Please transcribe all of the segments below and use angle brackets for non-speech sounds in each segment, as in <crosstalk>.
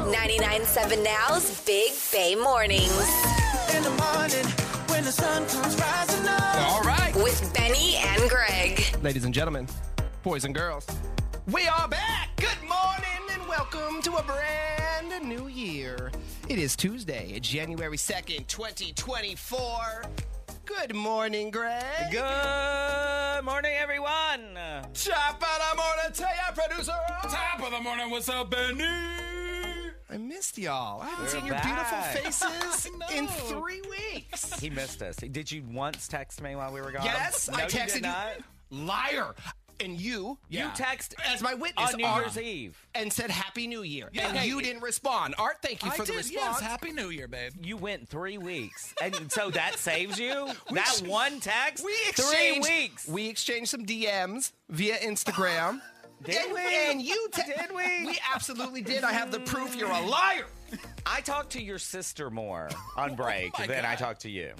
99.7 Now's Big Bay Mornings in the morning when the sun comes rising up. All right, with Benny and Greg. ladies and gentlemen, boys and girls, we are back. Good morning and welcome to a brand new year. It is Tuesday, January 2nd, 2024. Good morning, Greg. Good morning, everyone. Top of the morning to you, producer. Top of the morning, what's up, Benny? I missed y'all. I haven't seen your back. <laughs> beautiful faces in three weeks. He missed us. Did you once text me while we were gone? Yes, No, I you texted did not. Liar. And you, You text as my witness on New are- Year's Eve. and said Happy New Year. and hey, you it- didn't respond. Art, thank you I for the did, response. yes. Happy New Year, babe. You went three weeks, and so that saves <laughs> you. that ex- one text. we three exchanged weeks. We exchanged some DMs via <laughs> Instagram. Did and, we? and you te- Did <laughs> we? We absolutely did. I have the proof. You're a liar. I talked to your sister more <laughs> on break my than I God. talked to you.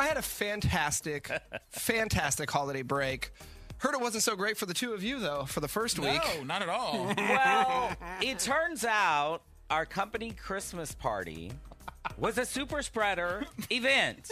I had a <laughs> fantastic, fantastic holiday break. Heard it wasn't so great for the two of you though. For the first week, No, not at all. Well, it turns out our company Christmas party was a super spreader event.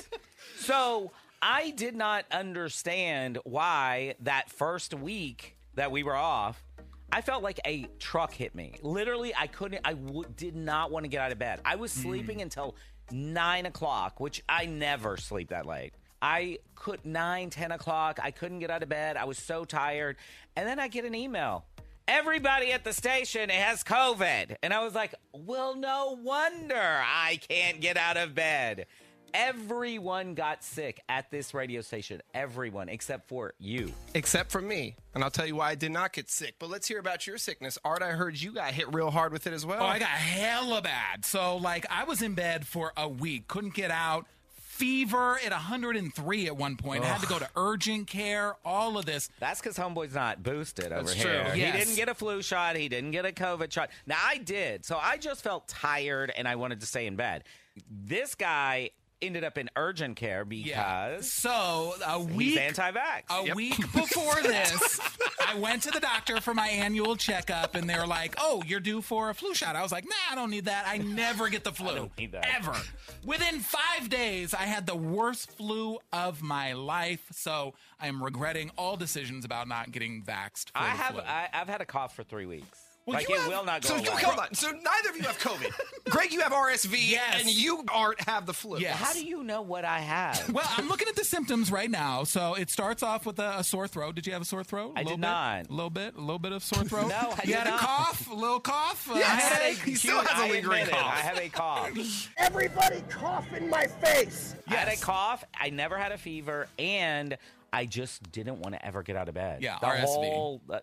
So I did not understand why that first week that we were off, I felt like a truck hit me. Literally, I couldn't, I w- did not want to get out of bed. I was sleeping until nine o'clock, which I never sleep that late. I could, nine, 10 o'clock, I couldn't get out of bed. I was so tired. And then I get an email everybody at the station has COVID. And I was like, well, no wonder I can't get out of bed. Everyone got sick at this radio station. Everyone except for you. except for me, and I'll tell you why I did not get sick. But let's hear about your sickness, Art. I heard you got hit real hard with it as well. Oh, I got hella bad. So, like, I was in bed for a week, couldn't get out. Fever at 103 at one point. I had to go to urgent care. All of this. That's because Homeboy's not boosted over That's here. true. He Yes. didn't get a flu shot. He didn't get a COVID shot. Now, I did. So I just felt tired and I wanted to stay in bed. This guy ended up in urgent care because So a he's week. anti vax. a week <laughs> before this, I went to the doctor for my annual checkup, and they were like, "Oh, you're due for a flu shot." I was like, "Nah, I don't need that. I <laughs> never get the flu, don't need that. ever." Within five days, I had the worst flu of my life, so I am regretting all decisions about not getting vaxxed. For I the have flu. I, I've had a cough for three weeks. Well, like you it have- will not go So away. you hold on. So neither of you have <laughs> COVID. Greg, you have RSV, Yes. and you aren't have the flu. Yes. How do you know what I have? Well, I'm looking at the symptoms right now. So it starts off with a, a sore throat. Did you have a sore throat? A I did little bit? not. A little bit, a little bit of sore <laughs> throat. No, I you did had not. a cough, a <laughs> little cough. Uh, Yes. I had a headache. He still has a I lingering admit it. cough. I have a cough. <laughs> Everybody cough in my face. I had a cough. I never had a fever, and I just didn't want to ever get out of bed. Yeah, the RSV. whole. <laughs> uh,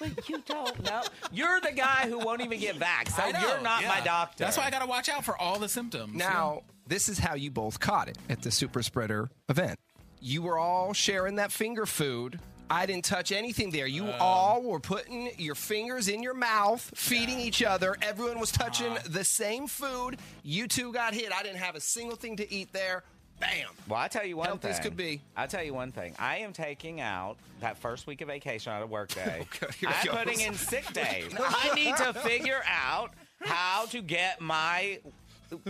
but you don't know. You're the guy who won't even get back. So I know, Oh, you're not yeah. my doctor. That's why I got to watch out for all the symptoms. Now, this is how you both caught it at the super spreader event. You were all sharing that finger food. I didn't touch anything there. You all were putting your fingers in your mouth, feeding each other. Everyone was touching the same food. You two got hit. I didn't have a single thing to eat there. Bam. Well, I tell you one Health thing. as could be. I tell you one thing. I am taking out that first week of vacation out <laughs> of work day. Okay, here I'm it goes. putting <laughs> in sick days. I need to figure out how to get my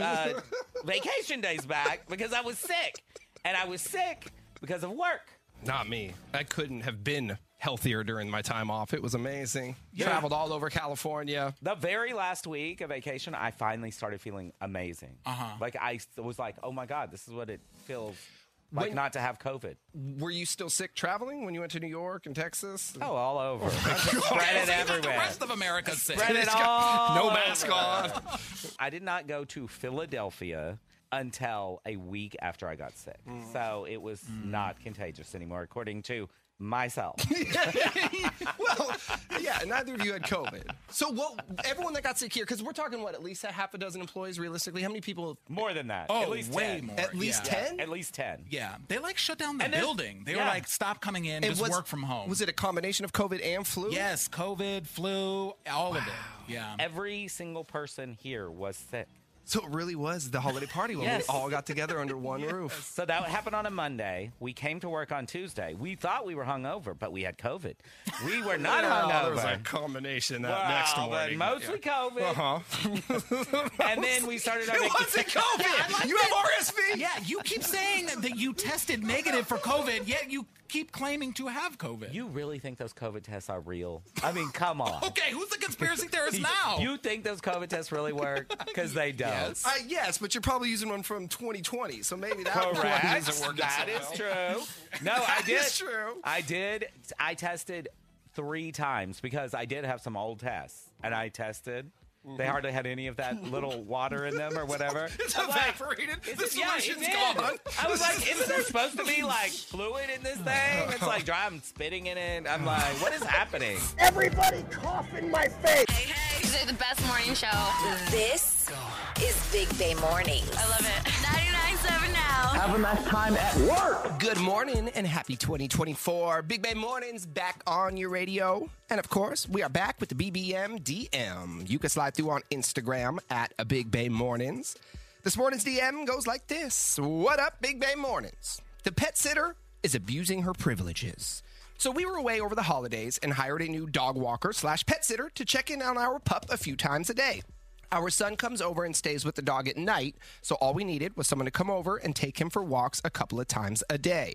uh, <laughs> vacation days back because I was sick, and I was sick because of work. Not me. I couldn't have been healthier during my time off. It was amazing. Yeah. Traveled all over California. The very last week of vacation, I finally started feeling amazing. Uh-huh. Like I s- was like, oh my god, this is what it feels like When- not to have COVID. Were you still sick traveling when you went to New York and Texas? Oh, <laughs> all over, spread it Even the everywhere. rest of America's sick. Spread it all no over. mask on. I did not go to Philadelphia until a week after I got sick. Mm. So it was not contagious anymore, according to myself. <laughs> well, yeah, neither of you had COVID. So what? Everyone that got sick here, because we're talking what? At least a half a dozen employees, realistically. How many people? More than that. <laughs> Oh, at least way 10. more. At least yeah. ten. At least 10. Yeah, they like shut down the And there's- building. They yeah. were like, stop coming in, It just was- work from home. Was it a combination of COVID and flu? Yes, COVID, flu, all of it. Yeah. Every single person here was sick. So it really was the holiday party when Yes. we all got together under one roof. So that happened on a Monday. We came to work on Tuesday. We thought we were hungover, but we had COVID. We <laughs> were not There hungover. was a combination that <laughs> Wow, next but morning. mostly COVID. Uh-huh. And then <laughs> we started our It wasn't COVID. you have RSV. Yeah, you <laughs> keep saying that, that you tested negative for COVID, yet you keep claiming to have COVID. You really think those COVID tests are real? I mean, come on. okay, who's the conspiracy theorist <laughs> now? You think those COVID tests really work? Because they don't. Uh, yes, but you're probably using one from 2020, so maybe that one Correct. isn't working. That so is well. <laughs> true. No, I did. is true. I did. I tested three times because I did have some old tests, and I tested. They hardly had any of that <laughs> little water in them or whatever. Mm-hmm. <laughs> It's I'm like, evaporated. is the it- yeah, it solution's did. gone. I was like, isn't there supposed to <laughs> be like fluid in this thing? It's like dry. I'm spitting in it. I'm like, what is happening? Everybody cough in my face. Hey, hey. You did the best morning show. I This is Big Bay Mornings. love it. 99.7 now. Have a nice time at work. Good morning and happy 2024. Big Bay Mornings back on your radio. And of course, we are back with the BBM DM. You can slide through on Instagram at a Big Bay Mornings. This morning's DM goes like this What up, Big Bay Mornings? The pet sitter is abusing her privileges. So we were away over the holidays and hired a new dog walker slash pet sitter to check in on our pup a few times a day. Our son comes over and stays with the dog at night, so all we needed was someone to come over and take him for walks a couple of times a day.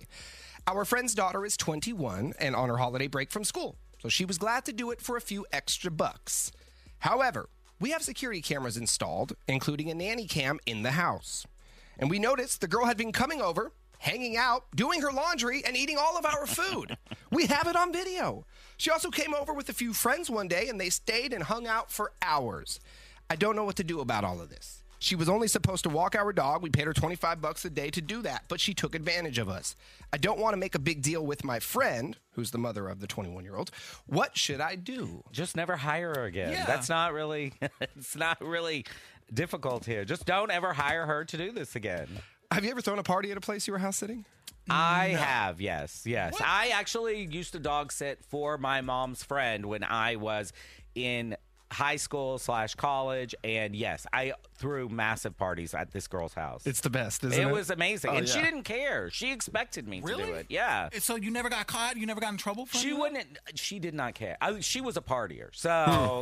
Our friend's daughter is 21 and on her holiday break from school, so she was glad to do it for a few extra bucks. However, we have security cameras installed, including a nanny cam in the house. And we noticed the girl had been coming over, hanging out, doing her laundry, and eating all of our food. we have it on video. She also came over with a few friends one day and they stayed and hung out for hours. I don't know what to do about all of this. She was only supposed to walk our dog. We paid her 25 bucks a day to do that, but she took advantage of us. I don't want to make a big deal with my friend, who's the mother of the 21 year old. What should I do? Just never hire her again. Yeah. That's not really. <laughs> It's not really difficult here. Just don't ever hire her to do this again. Have you ever thrown a party at a place you were house sitting? I have, yes, yes. I actually used to dog sit for my mom's friend when I was in high school slash college, and yes, I threw massive parties at this girl's house. It's the best, isn't it it? was amazing, Oh, and she yeah. didn't care. She expected me to Really? do it. Yeah. so you never got caught? You never got in trouble for She it? wouldn't. She did not care. I, she was a partier, <laughs> Oh.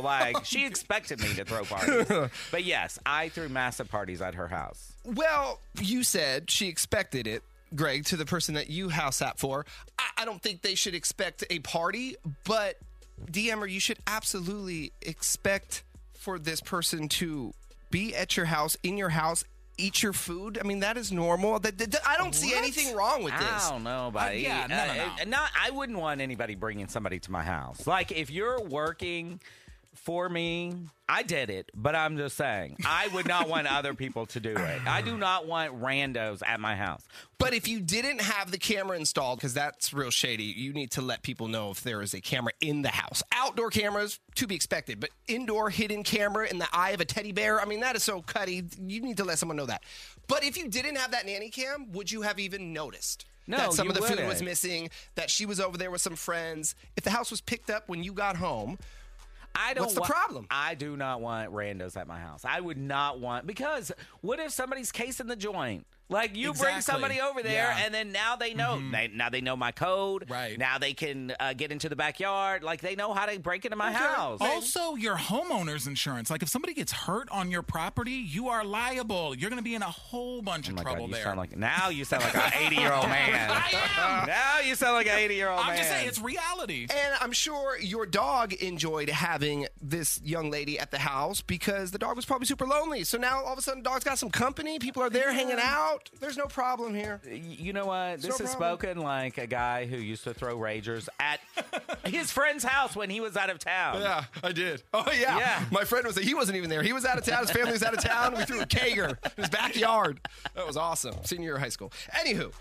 so like she expected me to throw parties. But yes, I threw massive parties at her house. Well, you said she expected it, Greg, to the person that you house sat for. I, I don't think they should expect a party, but DMer, you should absolutely expect for this person to be at your house, in your house, eat your food. I mean, that is normal. That, that- that- I don't see anything wrong with I this. don't know, buddy. Uh, yeah, no, no, no. uh, not- I wouldn't want anybody bringing somebody to my house. Like, if you're working for me, I did it, but I'm just saying, I would not want other people to do it. I do not want randos at my house. But if you didn't have the camera installed, because that's real shady, you need to let people know if there is a camera in the house. Outdoor cameras to be expected, but indoor hidden camera in the eye of a teddy bear, I mean, that is so cutty. You need to let someone know that. But if you didn't have that nanny cam, would you have even noticed? No, that some you of the food wouldn't. was missing, that she was over there with some friends. If the house was picked up when you got home, I don't. What's the wa- problem? I do not want randos at my house. I would not want because what if somebody's casing the joint? Like you bring Exactly. somebody over there, Yeah. Mm-hmm. and then now they know. They, now they know my code. Right. now they can uh, get into the backyard. Like they know how to break into my house. Also, your homeowner's insurance. Like, if somebody gets hurt on your property, you are liable. You're going to be in a whole bunch Oh of my trouble God, you there. sound like now you sound like <laughs> an 80 year old man. I <laughs> am. Now you sound like an 80 year old man. I'm just saying, it's reality. And I'm sure your dog enjoyed having this young lady at the house because the dog was probably super lonely. So now all of a sudden, dog's got some company. People are there hanging out. There's no problem here. you know what? This no is problem. spoken like a guy who used to throw ragers <laughs> at his friend's house when he was out of town. I did. Oh yeah. Yeah. My friend was he wasn't even there. He was out of town. His family was out of town. We threw a kegger in his backyard. That was awesome. Senior year of high school. Anywho,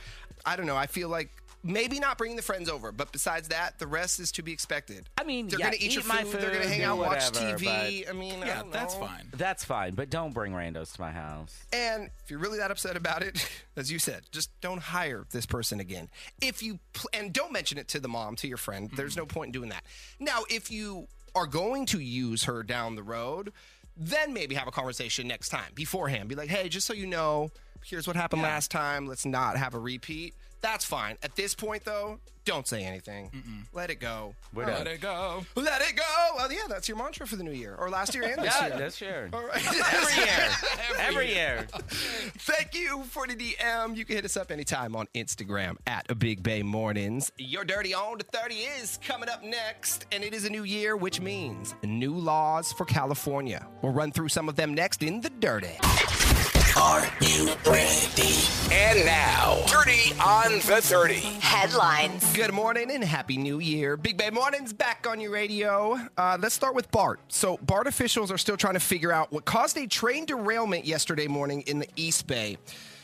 I don't know. I feel like maybe not bringing the friends over, but besides that, the rest is to be expected. I mean, they're yeah, gonna eat, eat your my They're gonna food, hang do out, watch whatever, TV. I mean, I Yeah, don't that's know. fine. That's fine, but don't bring randos to my house. And if you're really that upset about it, <laughs> as you said, just don't hire this person again. If you pl- and don't mention it to the mom, to your friend. There's no point in doing that. Now, if you are going to use her down the road, Then maybe have a conversation next time beforehand. Be like, hey, just so you know, here's what happened last time. Let's not have a repeat. That's fine. At this point, though, don't say anything. Let it go. Let it go. Let it go. Well, yeah, that's your mantra for the new year, or last year and this Yeah, year. this year. All right. Every <laughs> year. Uh, Every year. Thank you for the DM. You can hit us up anytime on Instagram at a Big Bay Mornings. Your Dirty On to 30 is coming up next, and it is a new year, which means new laws for California. We'll run through some of them next in the Dirty. Are you ready? And now, Dirty on the 30. Headlines. Good morning and happy new year. Big Bay Mornings back on your radio. Uh, let's start with BART. So, BART officials are still trying to figure out what caused a train derailment yesterday morning in the East Bay.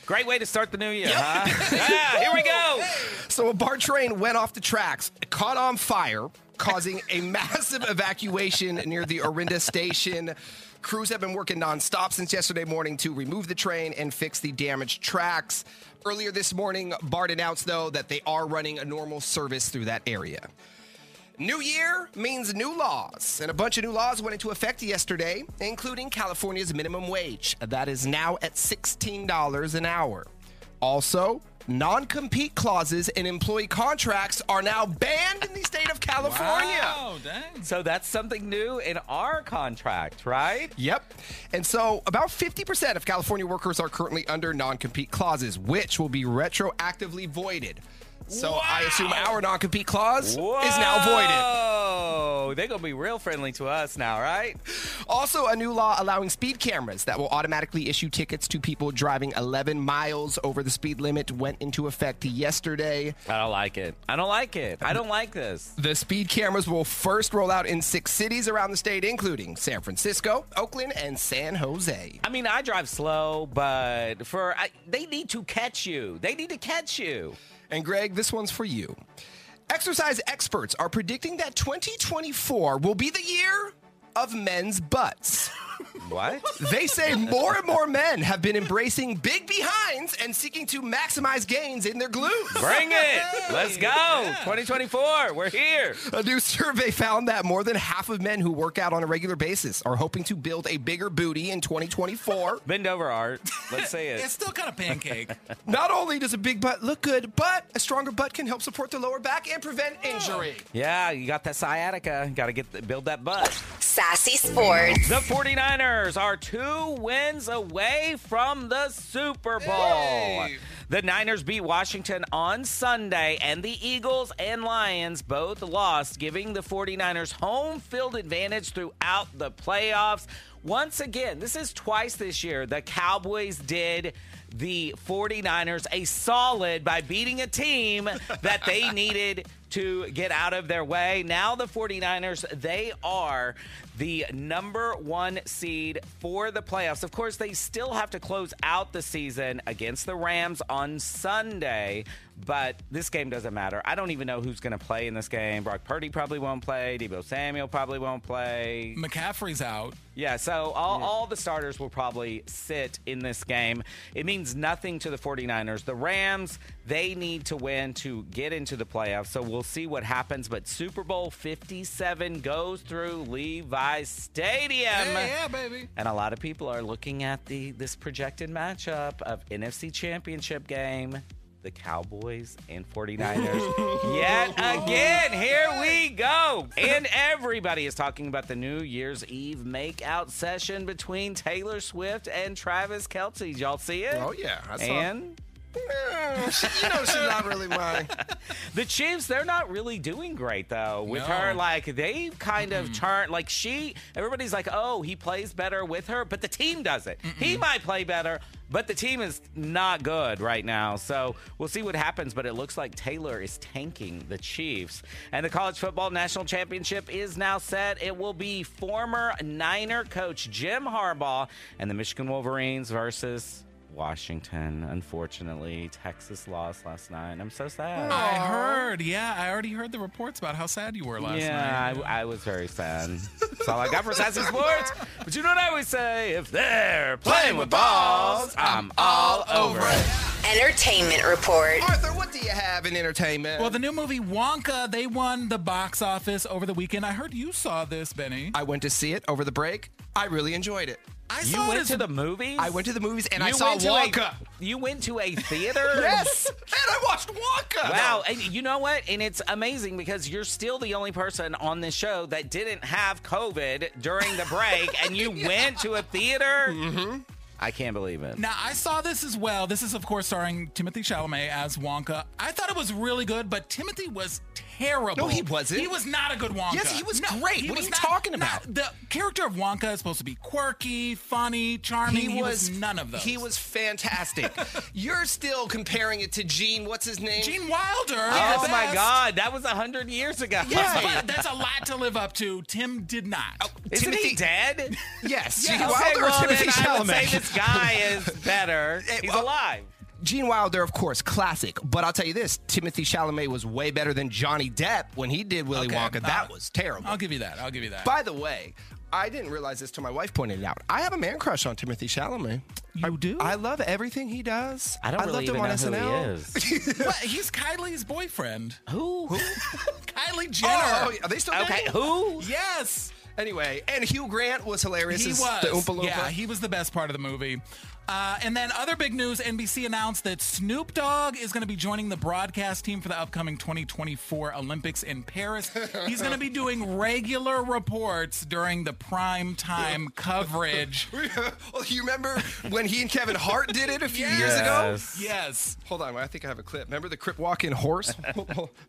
Great way to start the new year, <laughs> huh? yeah, here we go. So a bar train went off the tracks, caught on fire, causing a massive <laughs> evacuation near the Orinda station. Crews have been working nonstop since yesterday morning to remove the train and fix the damaged tracks. Earlier this morning, BART announced, though, that they are running a normal service through that area. New year means new laws, and a bunch of new laws went into effect yesterday, including California's minimum wage. That is now at $16 an hour. Also, non compete clauses in employee contracts are now banned in the state of California. Wow, Oh, dang. So that's something new in our contract, right? Yep. And so about 50% of California workers are currently under non compete clauses, which will be retroactively voided. So I assume our non compete clause is now voided. Oh, they're going to be real friendly to us now, right? Also, a new law allowing speed cameras that will automatically issue tickets to people driving 11 miles over the speed limit went into effect yesterday. I don't like it. I don't like it. I don't like this. The speed cameras will first roll out in six cities around the state, including San Francisco, Oakland, and San Jose. I mean, I drive slow, but for I, they need to catch you. They need to catch you. And Greg, this one's for you. Exercise experts are predicting that 2024 will be the year of men's butts. <laughs> What? They say more and more men have been embracing big behinds and seeking to maximize gains in their glutes. Bring it. Let's go. 2024. We're here. A new survey found that more than half of men who work out on a regular basis are hoping to build a bigger booty in 2024. Bend over, Art. Let's say <laughs> It's it. still kind <laughs> of pancake. Not only does a big butt look good, but a stronger butt can help support the lower back and prevent injury. Yeah, you got that sciatica. Got to get the, build that butt. Sassy Sports. The 49ers are two wins away from the Super Bowl. Hey. The Niners beat Washington on Sunday, and the Eagles and Lions both lost, giving the 49ers home field advantage throughout the playoffs. Once again, this is twice this year the Cowboys did the 49ers a solid by beating a team that they needed to get out of their way. Now the 49ers, they are the number 1 seed for the playoffs. Of course, they still have to close out the season against the Rams on Sunday, but this game doesn't matter. I don't even know who's going to play in this game. Brock Purdy probably won't play, Debo Samuel probably won't play. McCaffrey's out. Yeah, so all, all the starters will probably sit in this game. It means nothing to the 49ers. The Rams, they need to win to get into the playoffs, so we'll see what happens. But Super Bowl 57 goes through Levi Stadium. Hey, yeah, baby. And a lot of people are looking at the this projected matchup of NFC Championship game, the Cowboys and <laughs> 49ers. Oh, Yet again, here we go. And everybody is talking about the New Year's Eve makeout session between Taylor Swift and Travis Kelce. Did y'all see it? Oh, yeah. I saw- And Eh, she- you know she's not really mine. the Chiefs, they're not really doing great though. With No. her, like they've kind of turned like she everybody's like, oh, he plays better with her, but the team doesn't. He might play better, but the team is not good right now. So we'll see what happens. But it looks like Taylor is tanking the Chiefs. And the college football national championship is now set. It will be former Niner coach Jim Harbaugh and the Michigan Wolverines versus Washington, unfortunately. Texas lost last night. I'm so sad. I heard. Yeah, I already heard the reports about how sad you were last Yeah, night. I, I was very sad. That's all I got for Sassy Sports. But you know what I always say? If they're playing with balls, I'm all over it. Entertainment Report. <laughs> Arthur, what do you have in entertainment? Well, the new movie Wonka, they won the box office over the weekend. I heard you saw this, Benny. I went to see it over the break. I really enjoyed it. I You saw it went as- to the movies? I went to the movies and I You saw went to <laughs> Wonka. A, you went to a theater? yes, and I watched Wonka. Wow, and you know what? And it's amazing because you're still the only person on this show that didn't have COVID during the break, and you went to a theater. Mm-hmm. I can't believe it. Now, I saw this as well. This is, of course, starring Timothy Chalamet as Wonka. I thought it was really good, but Timothy was terrible. No, he wasn't. He was not a good Wonka. Yes, he was No, great. he What are was you not- talking not- about? the character of Wonka is supposed to be quirky, funny, charming. He, was, none of those. He was fantastic. You're still comparing it to Gene. What's his name? Gene Wilder. Oh the my best. God, that was a hundred years ago. But that's a lot to live up to. Tim did not. <laughs> Oh. Isn't Timothy- he dead? Yes, Yeah, Gene okay, Wilder well, or Timothy then I would say Chalamet. Eh, this guy <laughs> is better. He's well- alive. Gene Wilder, of course, classic. But I'll tell you this: Timothy Chalamet was way better than Johnny Depp when he did Willy Okay, Wonka. That uh, was terrible. I'll give you that. I'll give you that. By the way, I didn't realize this till my wife pointed it out. I have a man crush on Timothy Chalamet. you do? I love everything he does. I don't really loved even him know on SNL. who he <laughs> is. What? he's Kylie's boyfriend. who? Kylie Jenner. Oh, are they still Okay, dating? who? Yes. Anyway, and Hugh Grant was hilarious. He as was. The Oompa Loompa. Yeah, he was the best part of the movie. Uh, and then other big news: NBC announced that Snoop Dogg is going to be joining the broadcast team for the upcoming 2024 Olympics in Paris. He's going to be doing regular reports during the prime time coverage. <laughs> well, you remember when he and Kevin Hart did it a few years ago? Yes. Yes. Hold on, I think I have a clip. Remember the Crip Walking <laughs> horse?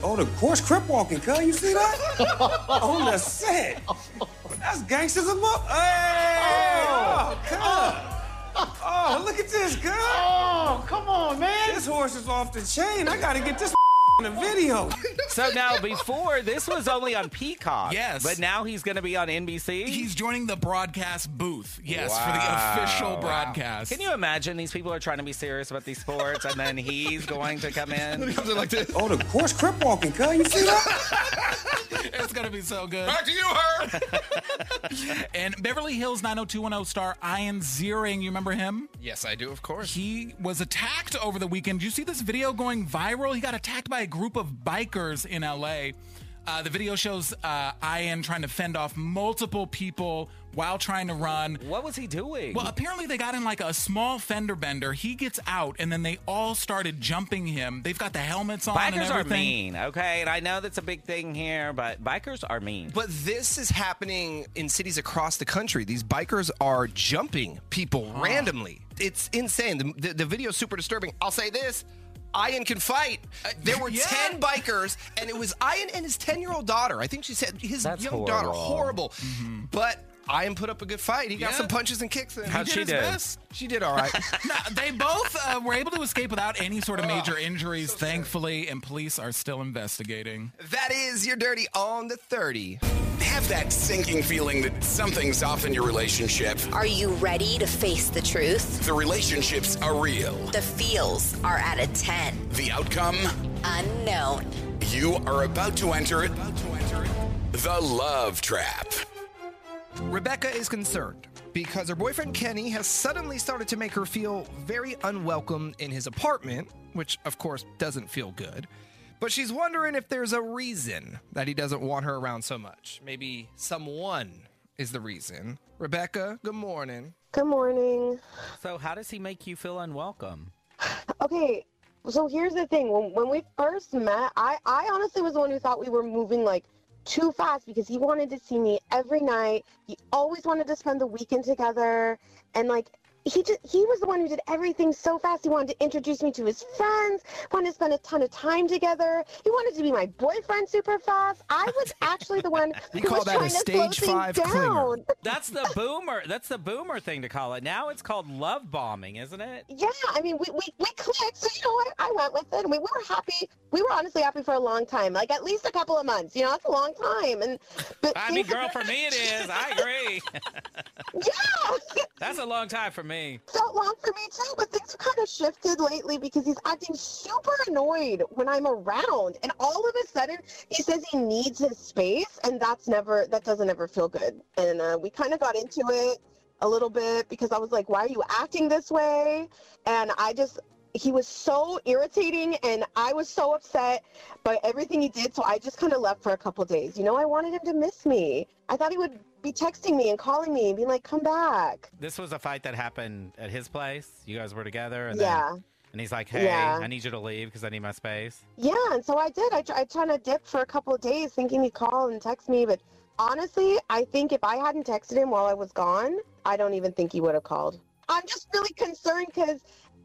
Oh, the horse crip walking, cuz. You see <laughs> that? On the set. That's gangsters a up. Hey! Oh, cuz. Oh, look at this, cuz. Oh, come on, man. This horse is off the chain. I gotta get this <laughs> in the video. So now, before this was only on Peacock. Yes. but now he's going to be on NBC. He's joining the broadcast booth. Yes, Wow. for the official broadcast. Can you imagine these people are trying to be serious about these sports, and then he's going to <laughs> come in? Something like this. Oh, the horse crip walking, cuz. You see that? It's going to be so good. Back to you, her. And Beverly Hills 90210 star Ian Ziering, you remember him? yes, I do, of course. He was attacked over the weekend. Did you see this video going viral? He got attacked by a group of bikers in LA. Uh, the video shows uh, Ian trying to fend off multiple people while trying to run. What was he doing? Well, apparently they got in like a small fender bender. He gets out, and then they all started jumping him. They've got the helmets on and bikers everything. are <laughs> mean, okay? And I know that's a big thing here, but bikers are mean. <laughs> But this is happening in cities across the country. These bikers are jumping people randomly. It's insane. The, the, the video's super disturbing. I'll say this. Ian can fight. Uh, There were yeah. 10 bikers, and it was Ian and his 10 year old daughter. I think she said his That's young daughter. Horrible. horrible. Mm-hmm. But Ian put up a good fight. He got Yeah. some punches and kicks in. How'd Did she his do? best. She did all <laughs> right. No, they both uh, were able to escape without any sort of major injuries, thankfully, and police are still investigating. that is your dirty on the 30. Have that sinking feeling that something's off in your relationship. Are you ready to face the truth? The relationships are real. The feels are at a 10. The outcome, Unknown. you are about to enter it. The love trap. Rebecca is concerned because her boyfriend Kenny has suddenly started to make her feel very unwelcome in his apartment, which of course doesn't feel good. But she's wondering if there's a reason that he doesn't want her around so much. Maybe someone is the reason. Rebecca, good morning. Good morning. So, how does he make you feel unwelcome? Okay, so here's the thing. When, when we first met, I, I honestly was the one who thought we were moving like too fast because he wanted to see me every night. He always wanted to spend the weekend together. And like, he just, he was the one who did everything so fast. He wanted to introduce me to his friends, wanted to spend a ton of time together. He wanted to be my boyfriend super fast. I was actually the <laughs> one We who call was that a trying to stage slow five things down. clinger. That's the boomer. That's the boomer thing to call it. Now it's called love bombing, isn't it? yeah, I mean, we, we, we clicked. So, you know what? I went with it. And we were happy. We were honestly happy for a long time, like at least a couple of months. You know, that's a long time. And but I mean, girl, for me it is. I agree. <laughs> <laughs> yeah, it That's a long time for me. felt long for me too. But things have kind of shifted lately because he's acting super annoyed when I'm around, and all of a sudden he says he needs his space, and that's never that doesn't ever feel good. And uh, we kind of got into it a little bit because I was like, why are you acting this way? And I just he was so irritating and I was so upset by everything he did. So I just kind of left for a couple days. You know, I wanted him to miss me. I thought he would be texting me and calling me and being like, come back. This was a fight that happened at his place. You guys were together, and Yeah. then, and he's like, "Hey, Yeah. I need you to leave because I need my space." Yeah. And so I did. I, tr- I kind of dipped for a couple of days thinking he'd call and text me. But honestly, I think if I hadn't texted him while I was gone, I don't even think he would have called. I'm just really concerned because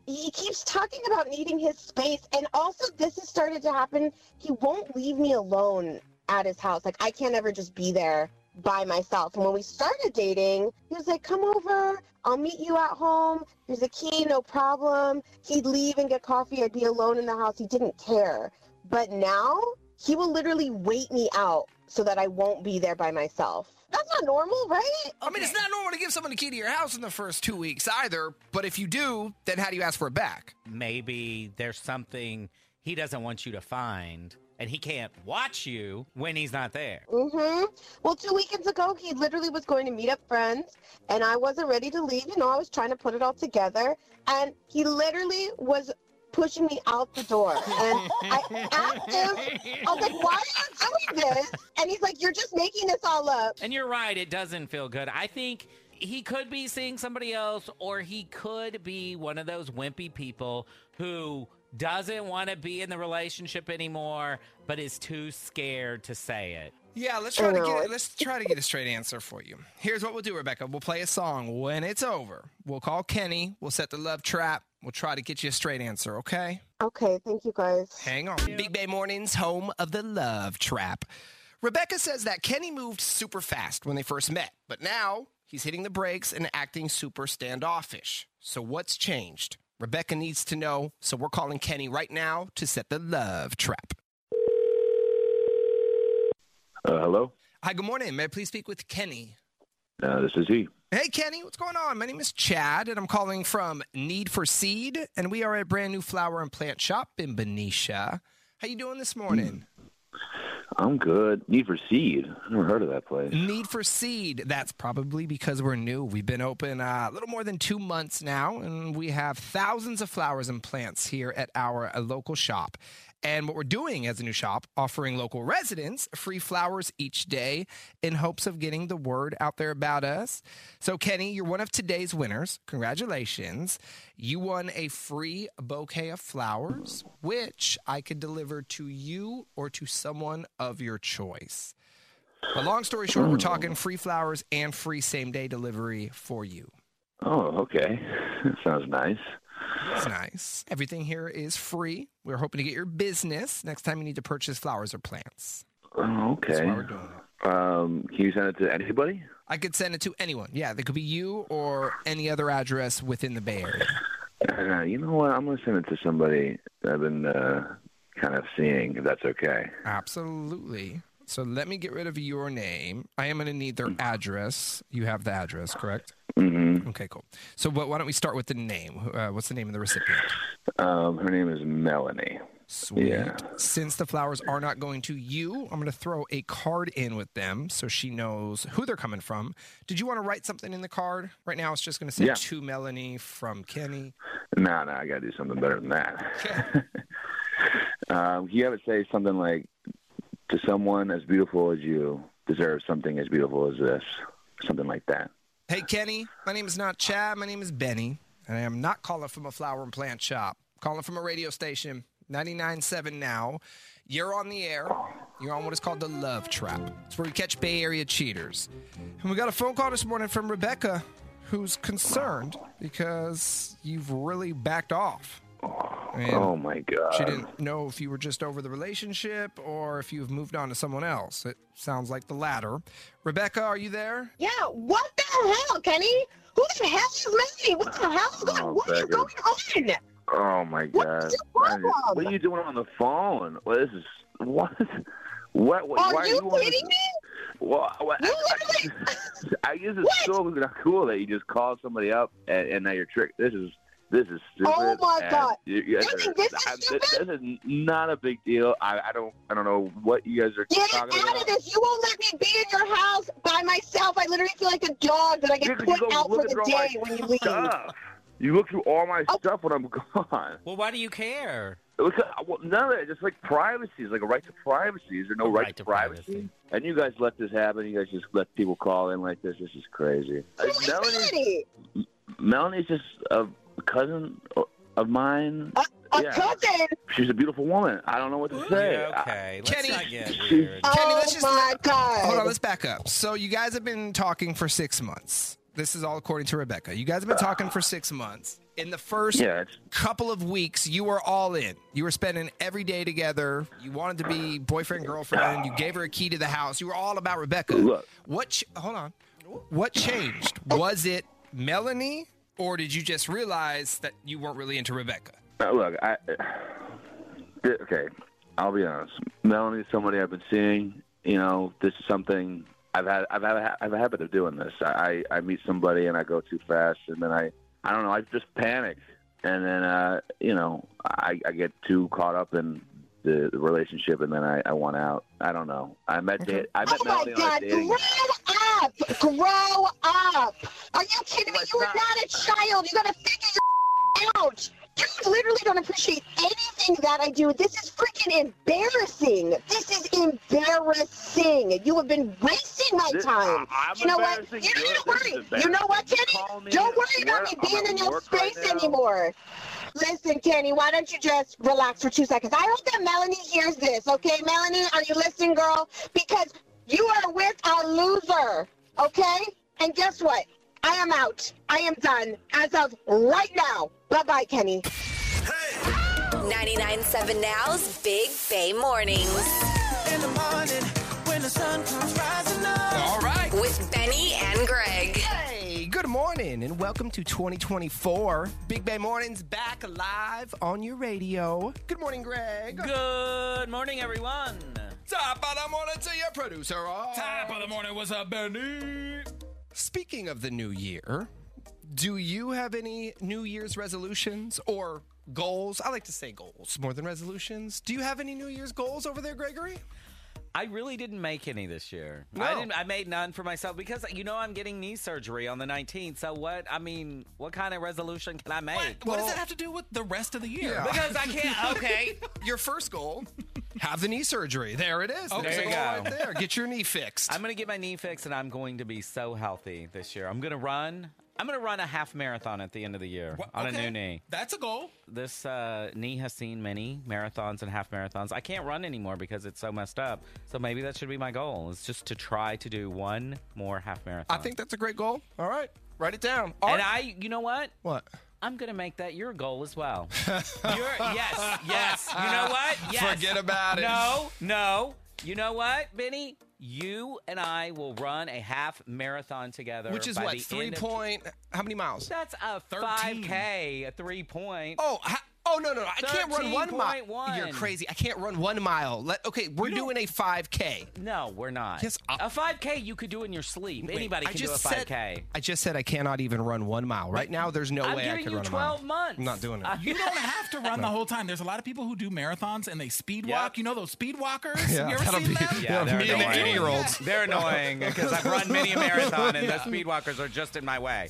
he keeps talking about needing his space. And also, this has started to happen. He won't leave me alone at his house. Like, I can't ever just be there by myself. And when we started dating, he was like, Come over. I'll meet you at home. Here's a key, no problem. He'd leave and get coffee. I'd be alone in the house. He didn't care. But now, he will literally wait me out so that I won't be there by myself. That's not normal, right? I mean, it's not normal to give someone the key to your house in the first two weeks either. But if you do, then how do you ask for it back? Maybe there's something he doesn't want you to find, and he can't watch you when he's not there. Mm-hmm. Well, two weekends ago, he literally was going to meet up friends, and I wasn't ready to leave. You know, I was trying to put it all together, and he literally was pushing me out the door. And I asked him, I was like, "Why are you doing this?" And he's like, "You're just making this all up." And you're right; it doesn't feel good. I think he could be seeing somebody else, or he could be one of those wimpy people who doesn't want to be in the relationship anymore, but is too scared to say it. Yeah, let's try to Oh, no. get let's try to get a straight answer for you. Here's what we'll do, Rebecca. We'll play a song when it's over. We'll call Kenny. We'll set the love trap. We'll try to get you a straight answer. Okay. Okay, thank you guys. Hang on. Big Bay Mornings, home of the love trap. Rebecca says that Kenny moved super fast when they first met, but now he's hitting the brakes and acting super standoffish. So what's changed? Rebecca needs to know, so we're calling Kenny right now to set the love trap. Uh, hello, Hi, good morning. May I please speak with Kenny? uh, this is he. Hey, Kenny, what's going on? My name is Chad, and I'm calling from Need for Seed, and we are a brand new flower and plant shop in Benicia. How you doing this morning? I'm good. Need for Seed. I never heard of that place. Need for Seed. That's probably because we're new. We've been open uh, a little more than two months now, and we have thousands of flowers and plants here at our uh, local shop. And what we're doing as a new shop, offering local residents free flowers each day in hopes of getting the word out there about us. So, Kenny, you're one of today's winners. Congratulations. You won a free bouquet of flowers, which I could deliver to you or to someone of your choice. But long story short, we're talking free flowers and free same day delivery for you. Oh, okay. <laughs> Sounds nice. It's nice. Everything here is free. We're hoping to get your business next time you need to purchase flowers or plants. Oh, okay. That's why we're doing Um, can you send it to anybody? I could send it to anyone. Yeah, that could be you or any other address within the Bay Area. Uh, you know what? I'm gonna send it to somebody that I've been uh, kind of seeing. If that's okay. Absolutely. So let me get rid of your name. I am going to need their address. You have the address, correct? Mm-hmm. Okay, cool. So wh- why don't we start with the name? Uh, what's the name of the recipient? Um, her name is Melanie. Sweet. Yeah. Since the flowers are not going to you, I'm going to throw a card in with them so she knows who they're coming from. Did you want to write something in the card? Right now, it's just going to say Yeah. to Melanie from Kenny. No, no, I gotta do something better than that. um, you have it say something like, "To someone as beautiful as you deserves something as beautiful as this," something like that. Hey, Kenny, my name is not Chad. My name is Benny. And I am not calling from a flower and plant shop. I'm calling from a radio station, 99.7 now. You're on the air. You're on what is called the Love Trap. It's where we catch Bay Area cheaters. And we got a phone call this morning from Rebecca, who's concerned because you've really backed off. And oh my god! She didn't know if you were just over the relationship or if you've moved on to someone else. It sounds like the latter. Rebecca, are you there? Yeah. What the hell, Kenny? Who the hell is me? What the hell is going? Oh, what is Becca. going on? Oh my god! What, problem? what are you doing on the phone? Well, this is what? What? what Are why you are you on kidding this- me? Well, well, I, <laughs> I, I guess it's so not cool that you just call somebody up and, and now you're tricked. This is this is stupid. Oh, my and God. You, you guys You think are- this is I- This, this is not a big deal. I, I don't I don't know what you guys are Get talking out of about. this! You won't let me be in your house by myself. I literally feel like a dog that I get Because you put go out for looking the through all day my when you leave. stuff. You look through all my stuff when I'm gone. Well, why do you care? Look, well, none of that. Just like privacy is like a uh, right to privacy. Is there no right, to privacy? And you guys let this happen. You guys just let people call in like this. This is crazy. Uh, Melanie. Melanie's just a <laughs> cousin o- of mine. A Yeah. cousin. She's a beautiful woman. I don't know what to say. okay. Kenny, <laughs> oh my god. Hold on, let's back up. So you guys have been talking for six months. This is all according to Rebecca. You guys have been talking for six months. In the first Yeah, it's- couple of weeks, you were all in. You were spending every day together. You wanted to be boyfriend, girlfriend. You gave her a key to the house. You were all about Rebecca. Look. What? Ch- hold on. What changed? Was it Melanie, or did you just realize that you weren't really into Rebecca? Uh, look, I. th- Okay, I'll be honest. Melanie's somebody I've been seeing. You know, this is something I've had. I've had. a- I have a habit of doing this. I I I meet somebody and I go too fast, and then I I don't know. I just panic, and then uh you know I I get too caught up in. The, the relationship, and then I, I want out. I don't know. I met da- I met Oh my Melanie on a god, dating. grow up! Grow up! Are you kidding me? You are not a child. You gotta figure your <laughs> out. You literally don't appreciate anything that I do. This is freaking embarrassing. This is embarrassing. You have been wasting my This- time. I- I'm you know what? You embarrassing. don't need to This is worry. You know what, Call Kenny? me Don't at worry about work. me I'm being at in your work right space now. anymore. Listen, Kenny, why don't you just relax for two seconds? I hope that Melanie hears this, okay? Melanie, are you listening, girl? Because you are with a loser, okay? And guess what? I am out. I am done as of right now. Bye bye, Kenny. 99.7 Now's Big Bay Mornings. In the morning when the sun comes rising up. All right. With Benny and Greg. Hey, good morning and welcome to 2024. Big Bay Mornings back live on your radio. Good morning, Greg. Good morning, everyone. Top of the morning to your producer. oh. Top of the morning. What's up, Benny? Speaking of the new year, do you have any New Year's resolutions or goals? I like to say goals more than resolutions. Do you have any New Year's goals over there, Gregory? I really didn't make any this year. I No. didn't. I made none for myself because you know I'm getting knee surgery on the 19th. So what? I mean, what kind of resolution can I make? What does that have to do with the rest of the year? Because I can't. Okay. Your first goal. Have the knee surgery. There it is. There's a goal right there. Get your knee fixed. <laughs> I'm gonna get my knee fixed, and I'm going to be so healthy this year. I'm gonna run. I'm gonna run a half marathon at the end of the year on a okay. new knee. That's a goal. This uh, knee has seen many marathons and half marathons. I can't run anymore because it's so messed up. So maybe that should be my goal: is just to try to do one more half marathon. I think that's a great goal. All right. Write it down. All and right. I, you know what? What? I'm gonna make that your goal <laughs> as well. You're, yes, yes. You know what? Yes. Forget about it. No, no. You know what, Benny? You and I will run a half marathon together. Which is by what the three end of- point? How many miles? That's a 13. 5K, a three point. Oh, ha- oh no, no, no! I can't run one mile. 13.1. You're crazy. I can't run one mile. Let, okay, we're doing a 5K. No, we're not. Yes, I- a 5K you could do in your sleep. Wait, Anybody I can do a just 5K. Said, I just said I cannot even run one mile. Right now, there's no I'm way I giving could you run a mile. 12 months. I'm not doing it. I- You don't have to run the whole time. There's a lot of people who do marathons and they speed Yeah. walk. You know those speed walkers? you ever that'll seen be- them? Yeah, they're me and the annoying. eighty-year-olds. <laughs> They're annoying because I've <laughs> run many a marathon and the speedwalkers are just in my way.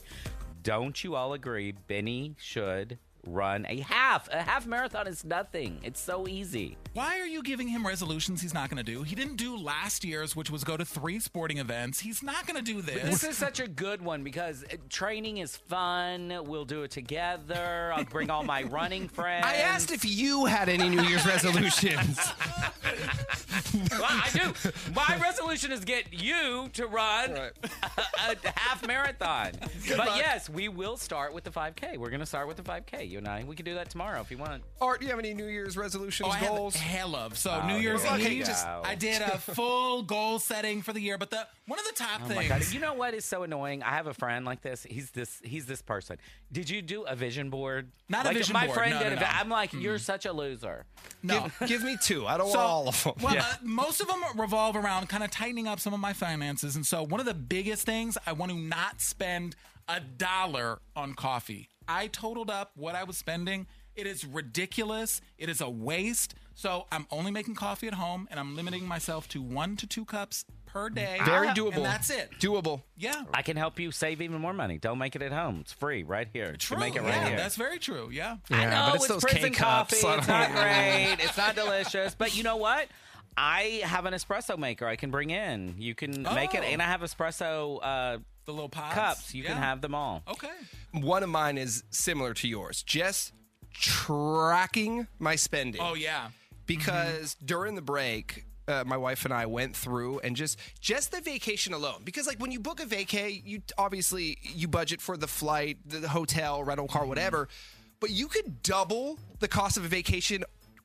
Don't you all agree? Benny should run a half. A half marathon is nothing. It's so easy. Why are you giving him resolutions he's not going to do? He didn't do last year's, which was go to three sporting events. He's not going to do This this. is such a good one because uh, training is fun. We'll do it together. I'll bring all my running friends. <laughs> I asked if you had any New Year's <laughs> resolutions. Well, I do. My resolution is get you to run Right. a, a half marathon. But yes, we will start with the 5K. We're going to start with the 5K. You and I, we can do that tomorrow if you want. Art, do you have any New Year's resolutions Oh, I had goals? hell of so Oh, New Year's there we Eve. go. Just, I did a full goal setting for the year, but the one of the top Oh my things. god! You know what is so annoying? I have a friend like this. He's this. He's this person. Did you do a vision board? Not a like, vision my board. friend No, did. no, Mm-hmm. a no. vi- I'm like, you're such a loser. no. Give me two. I don't So- want all of them. Well, uh, most of them revolve around kind of tightening up some of my finances. And so, one of the biggest things, I want to not spend a dollar on coffee. I totaled up what I was spending. It is ridiculous. It is a waste. So, I'm only making coffee at home and I'm limiting myself to one to two cups per day. Very And doable. that's it. Doable. Yeah. I can help you save even more money. Don't make it at home. It's free right here. You True. can make it right yeah, here. that's very true. Yeah. I know it's, prison coffee. It's not great. It's not delicious. But you know what? I have an espresso maker I can bring in. You can make it, Oh. and I have espresso uh, the little pods. cups. You can Yeah. have them all. Okay. One of mine is similar to yours. Just tracking my spending. Oh yeah. Because during the break, uh, my wife and I went through and just just the vacation alone. Because like when you book a vacay, you obviously you budget for the flight, the, the hotel, rental car, whatever. But you could double the cost of a vacation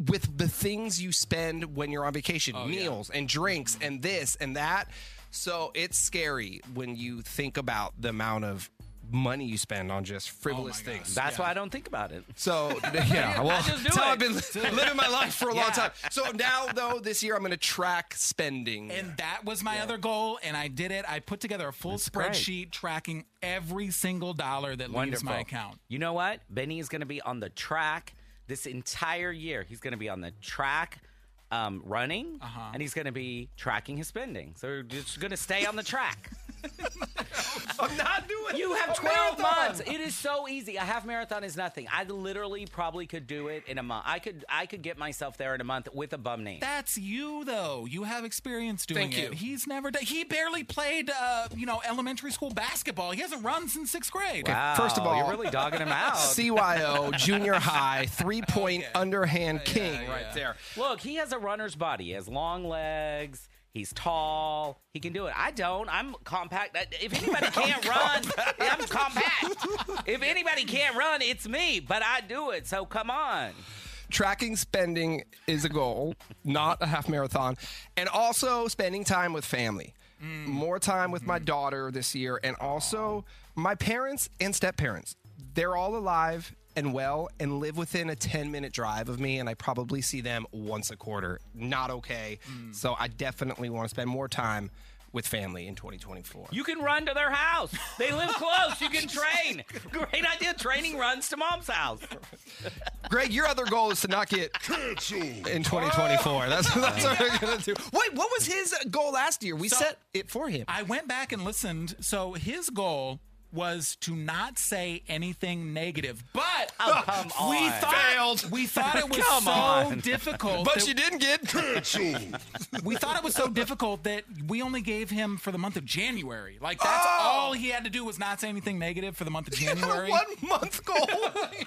with the things you spend when you're on vacation, meals and drinks and this and that. So it's scary when you think about the amount of money you spend on just frivolous things. That's why I don't think about it. So <laughs> yeah, well, <laughs> I just do that's how I've it. been Do it. living my life for a long Yeah. time. So now, though, this year I'm going to track spending. And that was my other goal, and I did it. I put together a full great. spreadsheet tracking every single dollar that leaves my account. You know what? Benny is going to be on the track this entire year. He's going to be on the track um, running, Uh-huh. and he's going to be tracking his spending. So we're just going to stay on the <laughs> track. I'm not doing. You have a 12 marathon. months. It is so easy. A half marathon is nothing. I literally probably could do it in a month. I could I could get myself there in a month with a bum knee. That's you, though. You have experience doing Thank it. you. He's never done. He barely played, uh, you know, elementary school basketball. He hasn't run since sixth grade. Okay, First of all, you're really dogging him <laughs> out. CYO junior high three <laughs> point underhand king right there. Look, he has a runner's body. He has long legs. He's tall. He can do it. I don't. I'm compact. Uh, If <laughs> anybody can't run, I'm compact. If anybody can't run, it's me. But I do it. So come on. Tracking spending is a goal, not a half marathon, and also spending time with family. More time with my daughter this year, and also my parents and step parents. They're all alive and well and live within a 10 minute drive of me, and I probably see them once a quarter. Not okay. So I definitely want to spend more time with family in 2024. You can run to their house. They live close. You <laughs> can train. Great idea. Training runs to mom's house. Greg, your other goal is to not get canceled in 2024. That's, that's what we're going to do. Wait, what was his goal last year? We set it for him. I went back and listened. So his goal was to not say anything negative, but Oh, come we on. thought we <laughs> thought it was Come so on. difficult. But that- you didn't get canceled. we thought it was so difficult that we only gave him for the month of January. Like that's all he had to do was not say anything negative for the month of January. One month goal.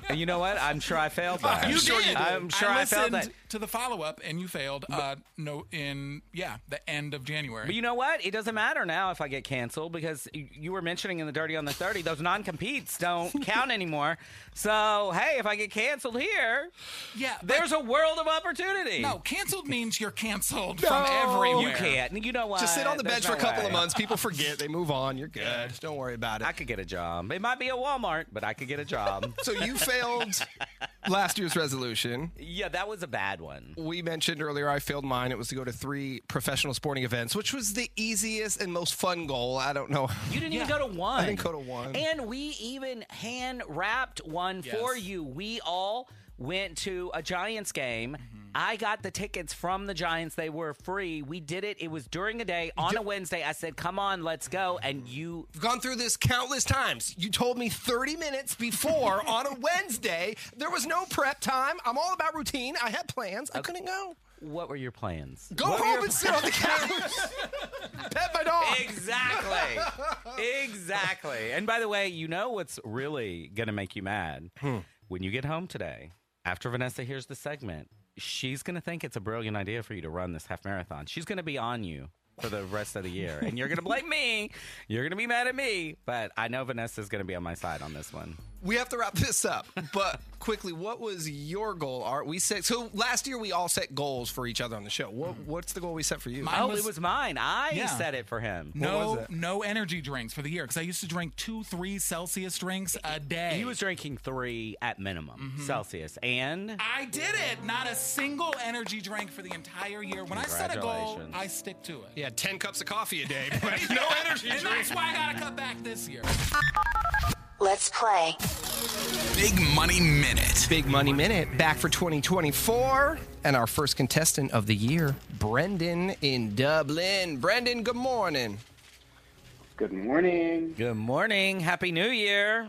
And you know what? I'm sure I <laughs> failed that. you did. I'm sure I, failed that. listened to the follow up, and you failed. Uh, no, in yeah, the end of January. But you know what? It doesn't matter now if I get canceled because y- you were mentioning in the Dirty on the 30, those non <laughs> competes don't count anymore. So, hey, if I get canceled here, yeah, there's a world of opportunity. no, canceled means <laughs> you're canceled from everywhere. You can't. You know what? Just sit on the There's bench for a no couple of way. months. People forget. They move on. You're good. Don't worry about it. I could get a job. It might be a Walmart, but I could get <laughs> a job. So you failed last year's resolution. yeah, that was a bad one. We mentioned earlier I failed mine. It was to go to three professional sporting events, which was the easiest and most fun goal. I don't know. You didn't even go to one. I didn't go to one. And we even hand wrapped one for you. We all went to a Giants game. Mm-hmm. I got the tickets from the Giants. They were free. We did it. It was during a day on a Wednesday. I said, "Come on, let's go." And you I've gone through this countless times. You told me 30 minutes before on a Wednesday. There was no prep time. I'm all about routine. I had plans. I couldn't go. what were your plans? Go What were home your and sit on the couch. Pet my dog. Exactly. exactly. And by the way, you know what's really going to make you mad? When you get home today, after Vanessa hears the segment, she's going to think it's a brilliant idea for you to run this half marathon. She's going to be on you for the rest of the year. And you're going to blame me. You're going to be mad at me. But I know Vanessa's going to be on my side on this one. We have to wrap this up, but quickly, what was your goal, Art? We set so last year we all set goals for each other on the show. What, what's the goal we set for you? Mine oh, was- it was mine. I Yeah. said it for him. was No, it? no energy drinks for the year because I used to drink two, three Celsius drinks a day. He was drinking three at minimum Celsius. And I did it. Not a single energy drink for the entire year. When I set a goal, Congratulations. I stick to it. yeah, ten cups of coffee a day, <laughs> <laughs> but no energy And that's why I gotta cut back this year. Let's play. <laughs> Big Money Minute. Big Money Minute back for 2024. And our first contestant of the year, Brendan in Dublin. Brendan, good morning. Good morning. Good morning. Happy New Year.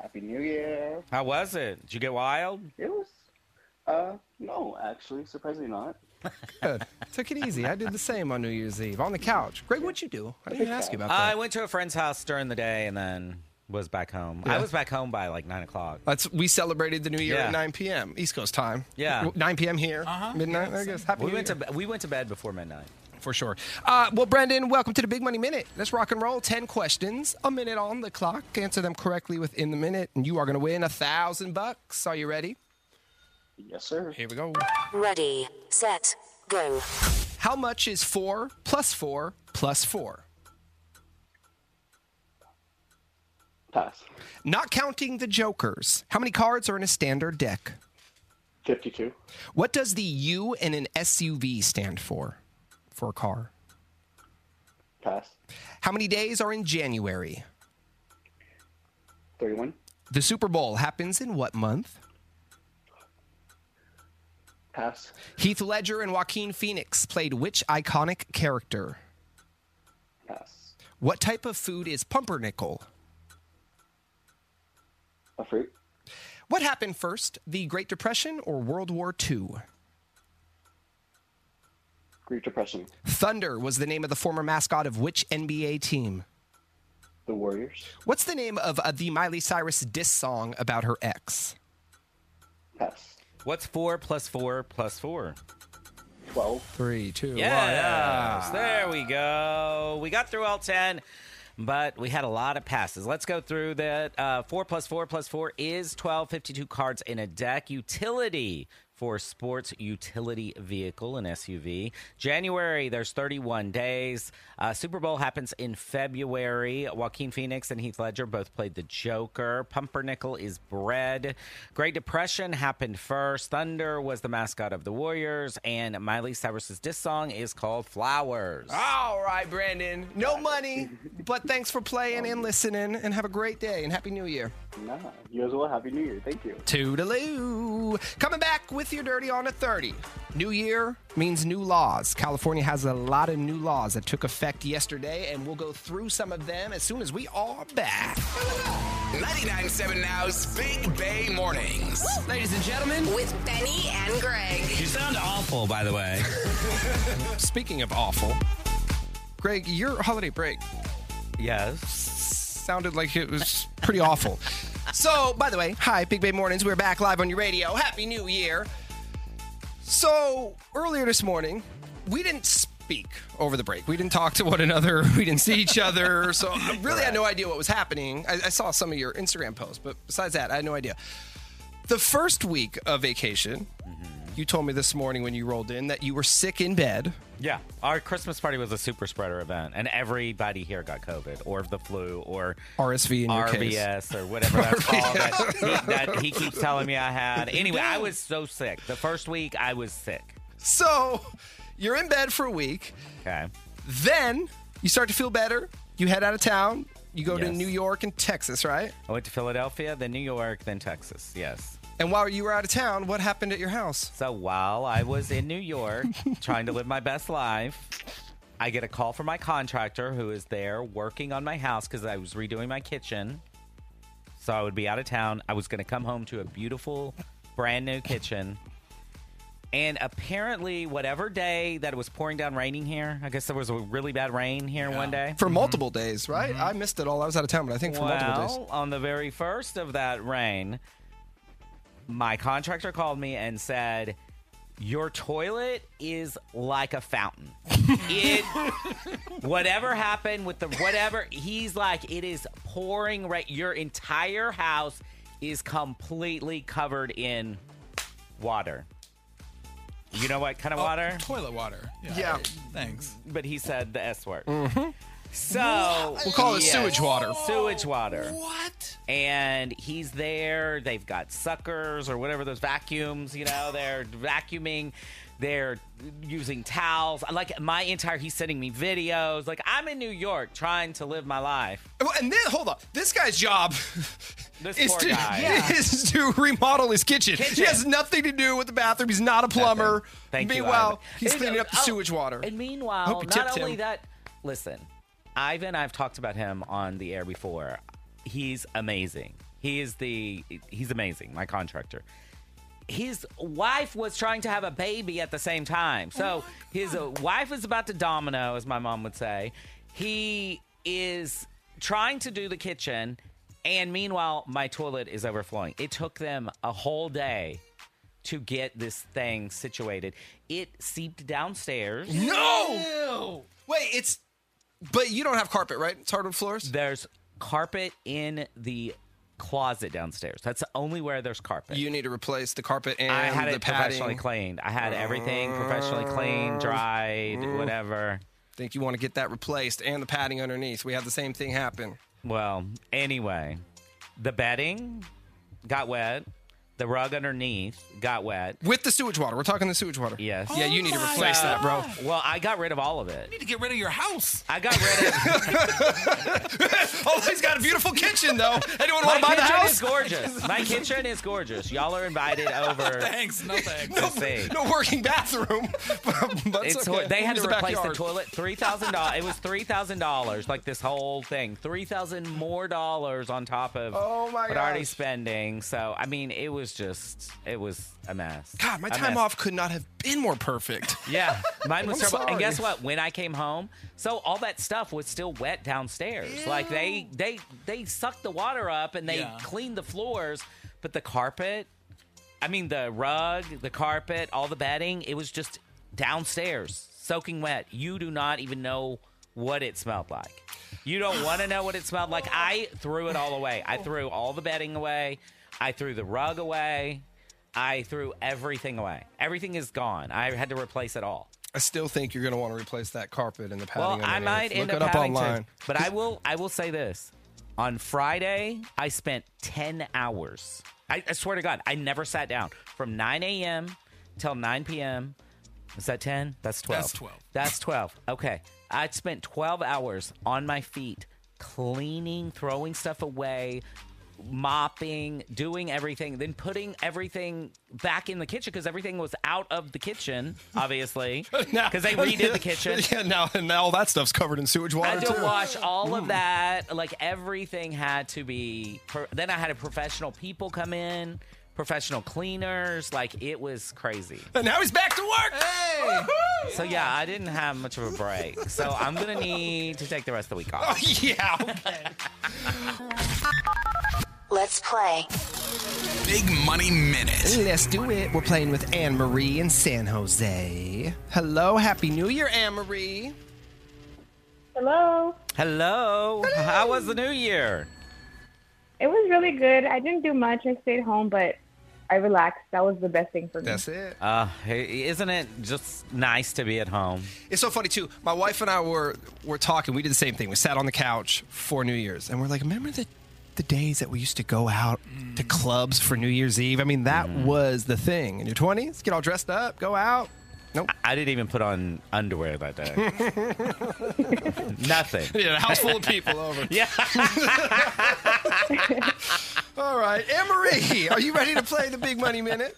Happy New Year. How was it? Did you get wild? It was, uh, no, actually, surprisingly not. Good. <laughs> Took it easy. I did the same on New Year's Eve on the couch. Greg, what'd you do? I didn't even ask you about that. I went to a friend's house during the day and then was back home. Yeah. I was back home by like nine o'clock. That's, we celebrated the New Year Yeah. at 9 p.m. East Coast time. Yeah. 9 p.m. here. Uh-huh. Midnight, Yeah, I same. guess. Happy we New went Year. to we went to bed before midnight. For sure. Uh, well, Brendan, welcome to the Big Money Minute. Let's rock and roll. 10 questions, a minute on the clock. Answer them correctly within the minute, and you are going to win a thousand bucks. Are you ready? Yes, sir. Here we go. Ready, set, go. How much is four plus four plus four? Pass. Not counting the jokers, how many cards are in a standard deck? 52. What does the U in an SUV stand for? For a car. Pass. How many days are in January? 31. The Super Bowl happens in what month? Pass. Heath Ledger and Joaquin Phoenix played which iconic character? Pass. What type of food is pumpernickel? A fruit. What happened first, the Great Depression or World War II? Great Depression. Thunder was the name of the former mascot of which NBA team? The Warriors. What's the name of uh, the Miley Cyrus diss song about her ex? Pass. What's four plus four plus four? 12. Three, two, Yes. yeah. There we go. We got through all 10, but we had a lot of passes. Let's go through that. Uh, 4 plus 4 plus 4 is 12, 52 cards in a deck. Utility for sports utility vehicle, an SUV. January, there's 31 days. Uh, Super Bowl happens in February. Joaquin Phoenix and Heath Ledger both played the Joker. Pumpernickel is bread. Great Depression happened first. Thunder was the mascot of the Warriors. And Miley Cyrus's diss song is called Flowers. All right, Brandon. No money, but thanks for playing and listening, and have a great day and happy new year. Um, Nah. You as well. Happy New Year. Thank you. Toodaloo. Coming back with your dirty on a 30. New year means new laws. California has a lot of new laws that took effect yesterday, and we'll go through some of them as soon as we are back. 99.7 Now's Big Bay Mornings. Ladies and gentlemen, with Benny and Greg. You sound awful, by the way. Speaking of awful, Greg, your holiday break Yes. sounded like it was pretty awful. So, by the way, hi, Big Bay Mornings. We're back live on your radio. Happy New Year. So, earlier this morning, we didn't speak over the break. We didn't talk to one another. <laughs> We didn't see each other. So, I really had no idea what was happening. I, I saw some of your Instagram posts, but besides that, I had no idea. The first week of vacation, you told me this morning when you rolled in that you were sick in bed. Yeah, our Christmas party was a super spreader event, and everybody here got COVID or the flu or RSV in your case. RBS or whatever <laughs> that's called that he, that he keeps telling me I had. Anyway, I was so sick. The first week, I was sick. So, you're in bed for a week. Okay. Then you start to feel better. You head out of town. You go to Yes. New York and Texas, right? I went to Philadelphia, then New York, then Texas. Yes. And while you were out of town, what happened at your house? So while I was in New York trying to live my best life, I get a call from my contractor who is there working on my house because I was redoing my kitchen. So I would be out of town. I was going to come home to a beautiful, brand new kitchen. And apparently, whatever day that it was pouring down raining here, I guess there was a really bad rain here one day. For multiple days, right? I missed it all. I was out of town, but I think for multiple days. Mm-hmm. Well, on the very first of that rain, my contractor called me and said, "Your toilet is like <laughs> a fountain. It, whatever happened with the whatever, he's like, it is pouring. Right, your entire house is completely covered in water. You know what Oh. kind of Oh, water? Toilet water. Yeah. Thanks. But he said the S word. So Mm-hmm. We'll call it sewage water. Sewage water What? and he's there. They've got suckers or whatever those vacuums, you know, <sighs> they're vacuuming. They're using towels. Like my entire, he's sending me videos. Like I'm in New York trying to live my life. And then, hold on. This guy's job <laughs> This is poor to, <laughs> guy. is to remodel his kitchen. He Kitchen. has nothing to do with the bathroom. He's not a plumber. Thank you, Meanwhile, Ivan. he's And, cleaning up the oh, sewage water. And meanwhile, Hope you tipped not only him. that, listen, Ivan, I've talked about him on the air before. He's amazing. He is the he's amazing, my contractor. His wife was trying to have a baby at the same Oh time. So his uh, wife is about to domino, as my mom would say. He is trying to do the kitchen, and meanwhile, my toilet is overflowing. It took them a whole day to get this thing situated. It seeped downstairs. No! Wait, it's. But you don't have carpet, right? It's hardwood floors? There's carpet in the closet downstairs. That's the only where there's carpet. You need to replace the carpet and I had the it padding. professionally cleaned. I had everything professionally cleaned, dried, Mm. whatever. Think you want to get that replaced and the padding underneath. We had the same thing happen. Well, anyway, the bedding got wet. The rug underneath got wet. With the sewage water. We're talking the sewage water. Yes. Yeah, you Oh need to replace that, bro. Well, I got rid of all of it. You need to get rid of your house. I got <laughs> rid of oh, he's got a beautiful kitchen, though. Anyone My want to buy the kitchen house? is gorgeous. My kitchen is gorgeous. Y'all are <laughs> invited over. Thanks, <laughs> no thanks. to see. No working bathroom. <laughs> but It's okay. hor- They had Use to replace backyard. the toilet. Three thousand dollars. It was three thousand dollars. Like this whole thing. Three thousand more dollars on top of Oh, my what already gosh. spending. So I mean, it was just it was a mess. God, my A time mess. off could not have been more perfect. <laughs> Yeah, mine was I'm terrible. And guess sorry. what? When I came home, so all that stuff was still wet downstairs. Like they they they sucked the water up and they Yeah. cleaned the floors, but the carpet, I mean the rug, the carpet, all the bedding, it was just downstairs, soaking wet. You do not even know what it smelled like. You don't want to know what it smelled like. I threw it all away. I threw all the bedding away. I threw the rug away. I threw everything away. Everything is gone. I had to replace it all. I still think you're going to want to replace that carpet and the padding. well, I underneath. might end Look it up up having online. <laughs> to. But I will. I will say this: on Friday, I spent ten hours. I, I swear to God, I never sat down from nine a.m. till nine p.m. Is that ten? That's twelve. That's 12. That's twelve. Okay, I spent twelve hours on my feet, cleaning, throwing stuff away. Mopping, doing everything, then putting everything back in the kitchen because everything was out of the kitchen, obviously, <laughs> because they redid the kitchen. Yeah, now and now all that stuff's covered in sewage water I had to too. wash all Mm. of that. Like everything had to be. Per- then I had a professional people come in, professional cleaners. Like it was crazy. And now he's back to work. So yeah, I didn't have much of a break. So I'm gonna need to take the rest of the week off. Oh, <laughs> yeah. Let's play. Big Money Minute. Let's do it. We're playing with Anne Marie in San Jose. Hello, Happy New Year, Anne Marie. Hello. Hello. How was the new year? It was really good. I didn't do much. I stayed home, but I relaxed. That was the best thing for me. That's it. Uh, hey, isn't it just nice to be at home? It's so funny too. My wife and I were were talking. We did the same thing. We sat on the couch for New Year's, and we're like, remember the the days that we used to go out Mm. to clubs for New Year's Eve? I mean, that was the thing. In your twenties, get all dressed up, go out. <laughs> Nope. I didn't even put on underwear that day. <laughs> Nothing. Yeah, a house full of people over. Yeah. <laughs> All right, Emery, are you ready to play the Big Money Minute?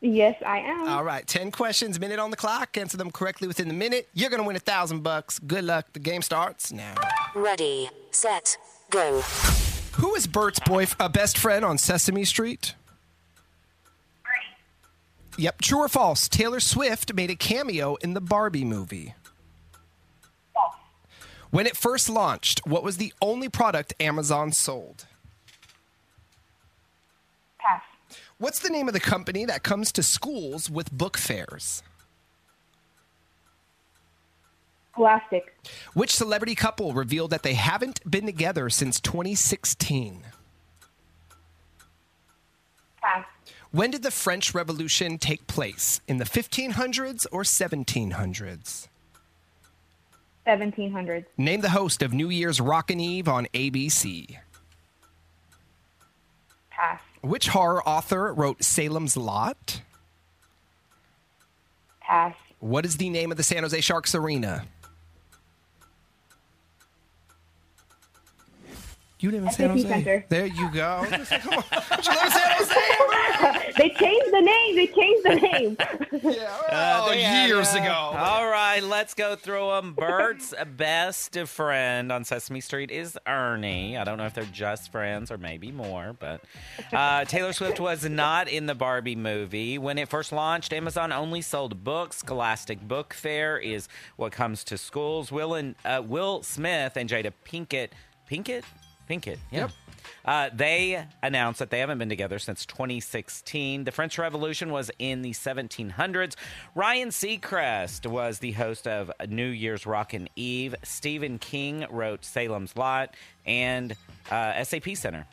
Yes, I am. All right, ten questions, minute on the clock. Answer them correctly within the minute. You're gonna win a thousand bucks. Good luck. The game starts now. Ready, set, go. Who is Bert's boy, uh, best friend on Sesame Street? Yep. True or false? Taylor Swift made a cameo in the Barbie movie. When it first launched, what was the only product Amazon sold? Pass. What's the name of the company that comes to schools with book fairs? Scholastic. Which celebrity couple revealed that they haven't been together since 2016? Pass. When did the French Revolution take place? In the 1500s or 1700s? 1700s. Name the host of New Year's Rockin' Eve on ABC. Pass. Which horror author wrote Salem's Lot? Pass. What is the name of the San Jose Sharks Arena? You live in SAP San Jose. Center. There you go. <laughs> Just like, come on. <laughs> they changed the name. They changed the <laughs> name. Uh, they had, years uh, ago. All right, let's go through them. Bert's best friend on Sesame Street is Ernie. I don't know if they're just friends or maybe more, but uh, Taylor Swift was not in the Barbie movie. When it first launched, Amazon only sold books. Scholastic Book Fair is what comes to schools. Will and uh, Will Smith and Jada Pinkett, Pinkett, Pinkett, yeah. Uh, they announced that they haven't been together since 2016. The French Revolution was in the 1700s. Ryan Seacrest was the host of New Year's Rockin' Eve. Stephen King wrote Salem's Lot and uh, SAP Center.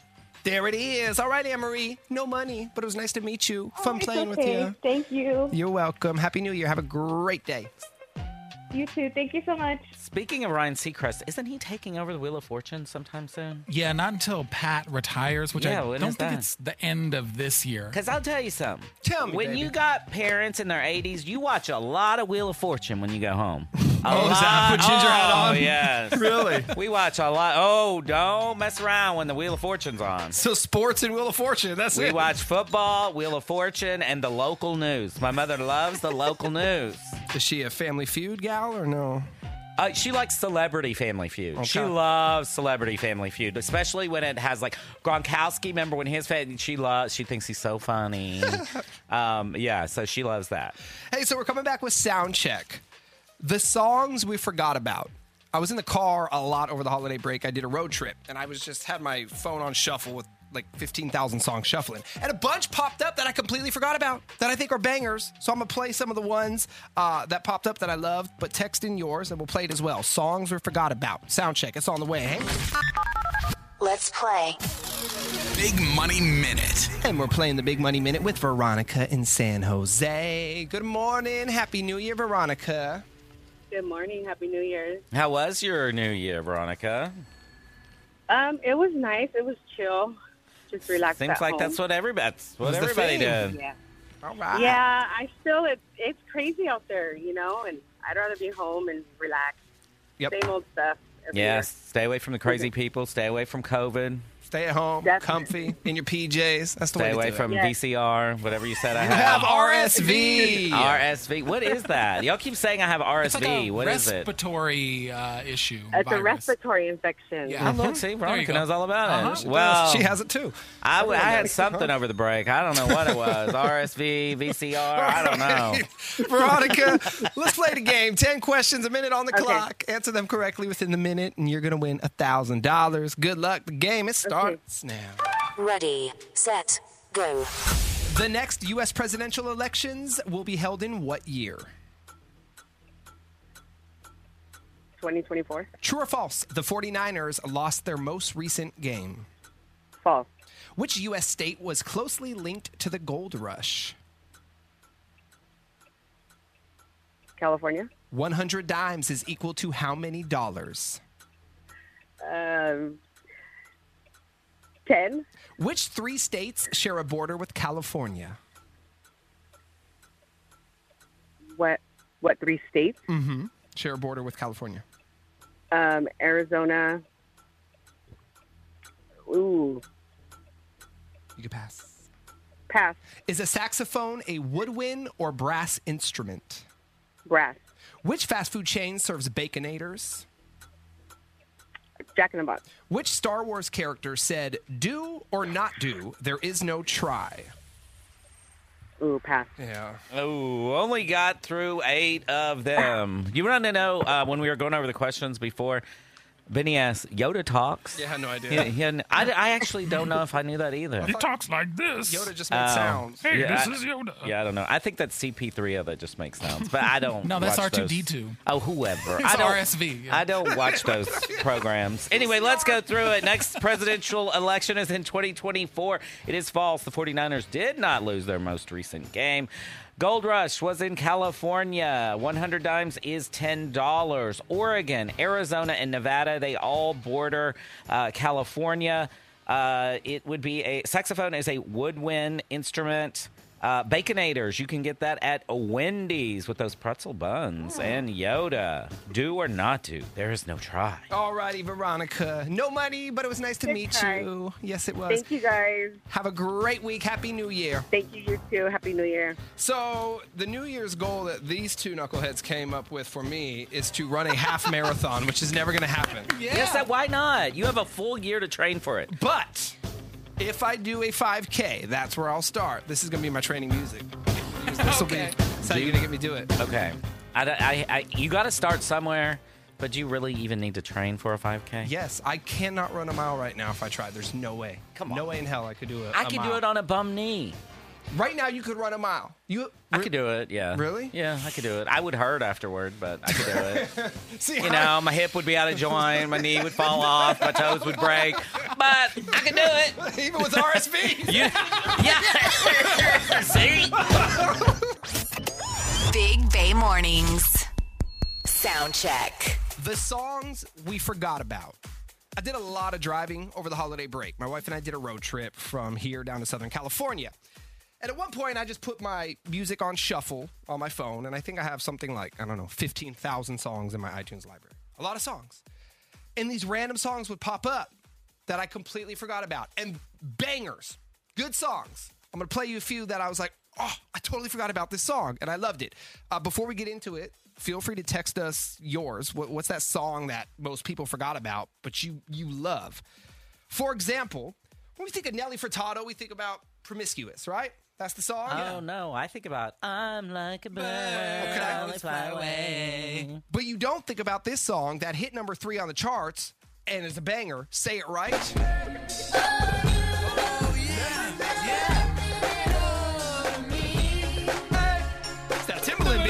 There it is. All right, Anne Marie. No money, but it was nice to meet you. Oh, Fun It's playing okay. with you. Thank you. You're welcome. Happy New Year. Have a great day. You too. Thank you so much. Speaking of Ryan Seacrest, isn't he taking over the Wheel of Fortune sometime soon? Yeah, not until Pat retires, which Yeah, I when don't is think that? it's the end of this year. Because I'll tell you something. Tell me, When baby. you got parents in their 80s, you watch a lot of Wheel of Fortune when you go <laughs> home. A Oh, is lot- that what Ginger had Oh, on? yes. Really? We watch a lot. Oh, don't mess around when the Wheel of Fortune's <laughs> on. So sports and Wheel of Fortune. That's we it. watch football, Wheel of Fortune, and the local news. My mother loves the local news. Is she a Family Feud gal or no? Uh, she likes Celebrity Family Feud. She Okay. loves Celebrity Family Feud, especially when it has like Gronkowski. Remember when his fan? She loves. She thinks he's <laughs> so funny. um, yeah, so she loves that. Hey, so we're coming back with sound check. The songs we forgot about. I was in the car a lot over the holiday break. I did a road trip and I was just had my phone on shuffle with like 15,000 songs shuffling. And a bunch popped up that I completely forgot about that I think are bangers. So I'm going to play some of the ones uh, that popped up that I loved, but text in yours and we'll play it as well. Songs we forgot about. Sound check. It's on the way. Hey. Let's play. Big Money Minute. And we're playing the Big Money Minute with Veronica in San Jose. Good morning. Happy New Year, Veronica. Good morning. Happy New Year. How was your new year, Veronica? Um, it was nice. It was chill. Just relaxed. Seems at like home. that's what everybody that's what Was the everybody theme. did. Yeah. All right. Yeah. I still. It's it's crazy out there, you know. And I'd rather be home and relax. Yep. Same old stuff. every Yes, stay away from the crazy people. Stay away from COVID. Stay at home, comfy, in your PJs. That's the way Stay to away do it. from VCR. Whatever you said, I You have. have RSV. RSV. What is that? Y'all keep saying I have It's like RSV. a What is it? respiratory uh, issue. year. It's a virus. respiratory infection. Yeah. Oh, look, see, mm-hmm. There you Veronica go. knows all about Uh-huh. it. She well, does. She has it too. I, w- Everyone I had does. something over the break. I don't know what it was. <laughs> RSV, VCR. I don't know. Veronica, let's play the game. Ten questions a minute on the Okay. clock. Answer them correctly within the minute, and you're gonna win a thousand dollars. Good luck. The game it starts now. Ready, set, go. The next U.S. presidential elections will be held in what year? 2024. True or false? The 49ers lost their most recent game. False. Which U.S. state was closely linked to the gold rush? California. 100 dimes is equal to how many dollars? Um. Ten. Which three states share a border with California? What? What three states? Mm-hmm. Share a border with California. Um. Arizona. Ooh. You can pass. Pass. Is a saxophone a woodwind or brass instrument? Brass. Which fast food chain serves baconators? Jack in the Box. Which Star Wars character said, do or not do, there is no try? Ooh, pass. Yeah. Oh, only got through eight of them. You want to know uh, when we were going over the questions before? Benny asked, Yoda talks. Yeah, I had no idea. He- he hadn't- I, I actually don't know if I knew that either. He talks like this. Yoda just Oh. made sounds. Hey, this I- is Yoda. Yeah, I don't know. I think that CP3 of it just makes sounds, but I don't. <laughs> No, that's watch those. R2D2. Oh, whoever. It's I don't, RSV, yeah. I don't <laughs> watch those programs. Anyway, let's go through it. Next presidential election is in 2024. It is false. The 49ers did not lose their most recent game. Gold Rush was in California. 100 dimes is $10. Oregon, Arizona, and Nevada, they all border uh, California. Uh, it would be a saxophone is a woodwind instrument. Uh, Baconators, you can get that at Wendy's with those pretzel buns and Yoda. Do or not do, there is no try. All righty, Veronica. No money, but it was nice to Good meet try. you. Yes, it was. Thank you guys. Have a great week. Happy New Year. Thank you, you too. Happy New Year. So, the New Year's goal that these two knuckleheads came up with for me is to run a <laughs> half marathon, which is never going to happen. Yes, that, why not? You have a full year to train for it. But if I do a 5K, that's where I'll start. This is going to be my training music. This <laughs> will be that's how you're going to get me do it. Okay. I, don't- I, I, you got to start somewhere, but do you really even need to train for a 5K? Yes, I cannot run a mile right now if I tried. There's no way. Come on. No way in hell I could do it. I could do it on a bum knee. Right now, you could run a mile. You I could do it, yeah. Really? Yeah, I could do it. I would hurt afterward, but I could do it. <laughs> see, you know, my hip would be out of joint, my knee would fall off, my toes would break, but I could do <laughs> it. Even with RSV. You, yeah. <laughs> See? Big Bay Mornings. Sound check. The songs we forgot about. I did a lot of driving over the holiday break. My wife and I did a road trip from here down to Southern California. And at one point, I just put my music on shuffle on my phone, and I think I have something like, I don't know, 15,000 songs in my iTunes library. A lot of songs. And these random songs would pop up that I completely forgot about, and bangers, good songs. I'm gonna play you a few that I was like, oh, I totally forgot about this song, and I loved it. Uh, before we get into it, feel free to text us yours. What, what's that song that most people forgot about, but you you love? For example, when we think of Nelly Furtado, we think about "Promiscuous," right? That's the song. Oh, no. I think about, I'm like a bird. Oh, I always fly away. But you don't think about this song that hit number three on the charts and is a banger. Say it right. It's that Timbaland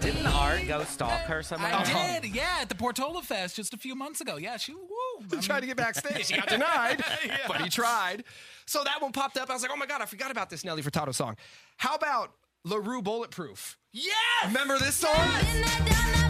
Didn't Art go stalk her somewhere? Uh-huh. I did, yeah, at the Portola Fest just a few months ago. Yeah, she woo. He tried to get backstage. He got denied, but he tried. So that one popped up. I was like, oh my God, I forgot about this Nelly Furtado song. How about LaRue Bulletproof? Yeah. Remember this song?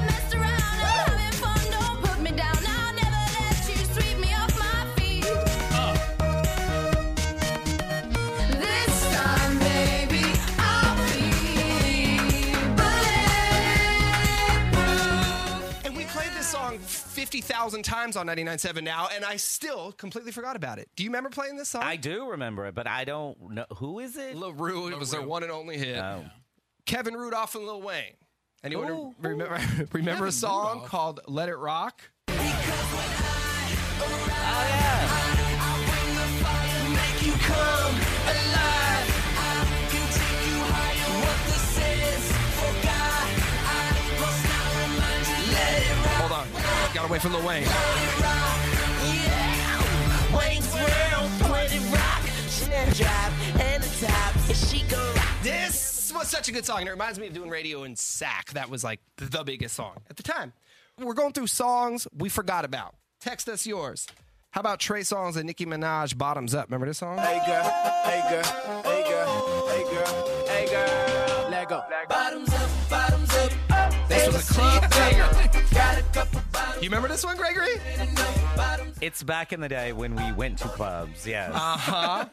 And we played this song 50,000 times on 99.7 now, and I still completely forgot about it. Do you remember playing this song? I do remember it, but I don't know. Who is it? LaRue. It was their one and only hit. Kevin Rudolph and Lil Wayne. Anyone Ooh, remember, <laughs> remember a song called Let It Rock? Hold on. Gotta wait for Lil Wayne. This was such a good song, and it reminds me of doing radio in SAC. That was like the biggest song at the time. We're going through songs we forgot about. Text us yours. How about Trey Songs and Nicki Minaj Bottoms Up? Remember this song? Hey girl, hey girl, hey girl, hey girl, hey girl. Let go. Bottoms up, bottoms up. up. This was a club banger. You remember this one, Gregory? It's back in the day when we went to clubs, yes. Uh-huh.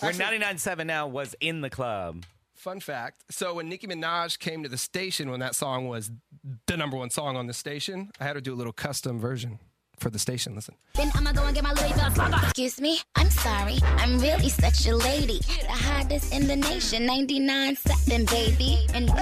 when 99.7 Now was in the club. Fun fact. So when Nicki Minaj came to the station when that song was the number one song on the station, I had her do a little custom version for the station. Listen. Then I'ma go and get my Louis Vuitton. Excuse me, I'm sorry. I'm really such a lady. The hottest in the nation, 99.7, baby. And we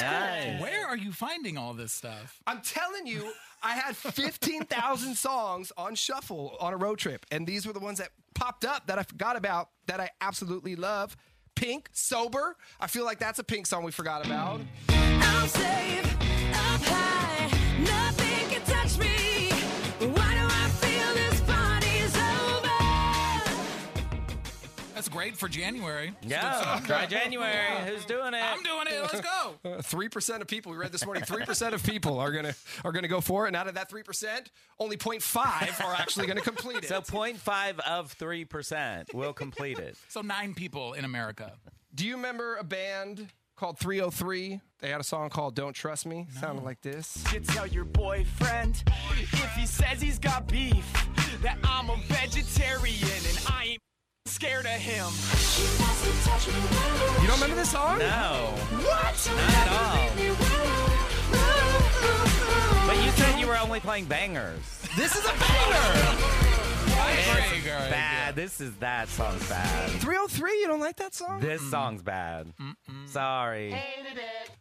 Nice. Where are you finding all this stuff? I'm telling you, I had 15,000 songs on shuffle on a road trip, and these were the ones that popped up that I forgot about that I absolutely love. Pink, Sober. I feel like that's a pink song we forgot about. I'm safe, up high, nothing can touch me. Why do I feel this party's over? That's great for January. Yeah, try January. Who's doing it? I'm doing it. Let's go. Three percent of people we read this morning. Three percent of people are gonna are gonna go for it, and out of that three percent, only 0.5 are actually gonna complete it. So 0.5 of 3% will complete it. <laughs> So nine people in America. Do you remember a band called 303. They had a song called Don't Trust Me. Sounded like this. You tell your boyfriend if he says he's got beef that I'm a vegetarian and I ain't scared of him. You don't remember this song? No. What? Not at all. But you said you were only playing bangers. This is a banger. This is bad. This is that song's bad. 303, you don't like that song? This song's bad. Sorry.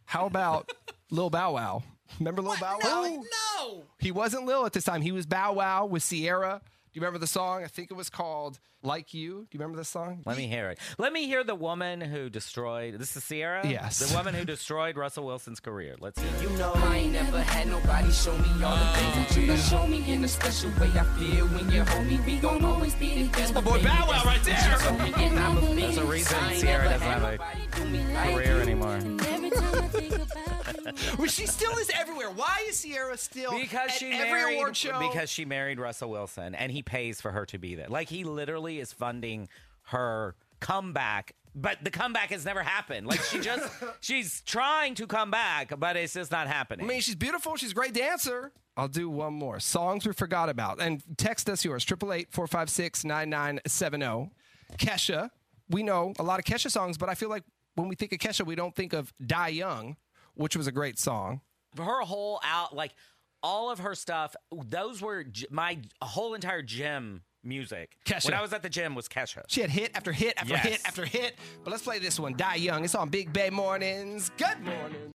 How about Lil Bow Wow? Remember Lil Bow Wow? No. He wasn't Lil at this time. He was Bow Wow with Sierra. Do you remember the song? I think it was called Like You. Do you remember this song? Let me hear it. Let me hear the woman who destroyed. This is Sierra. Yes. The woman who destroyed Russell Wilson's career. Let's hear. It. You know I ain't never had nobody show me all the things that you done show me in a special way. I feel when you're homie, we gon' always be together. That's my boy Bow Wow right there. There's There's a reason Sierra doesn't have a career anymore. Well, she still is everywhere. Why is Sierra still Because at she every married, award show? Because she married Russell Wilson, and he pays for her to be there. Like he literally is funding her comeback, but the comeback has never happened. Like she <laughs> just she's trying to come back, but it's just not happening. I mean, she's beautiful. She's a great dancer. I'll do one more. Songs we forgot about. And text us yours, 888-456-9970. Kesha. We know a lot of Kesha songs, but I feel like when we think of Kesha, we don't think of Die Young, which was a great song. her whole out like all of her stuff those were j- my whole entire gym music Kesha. when i was at the gym was kesha She had hit after hit after Yes. hit after hit. But let's play this one, Die Young. It's on Big Bay Mornings. Good morning.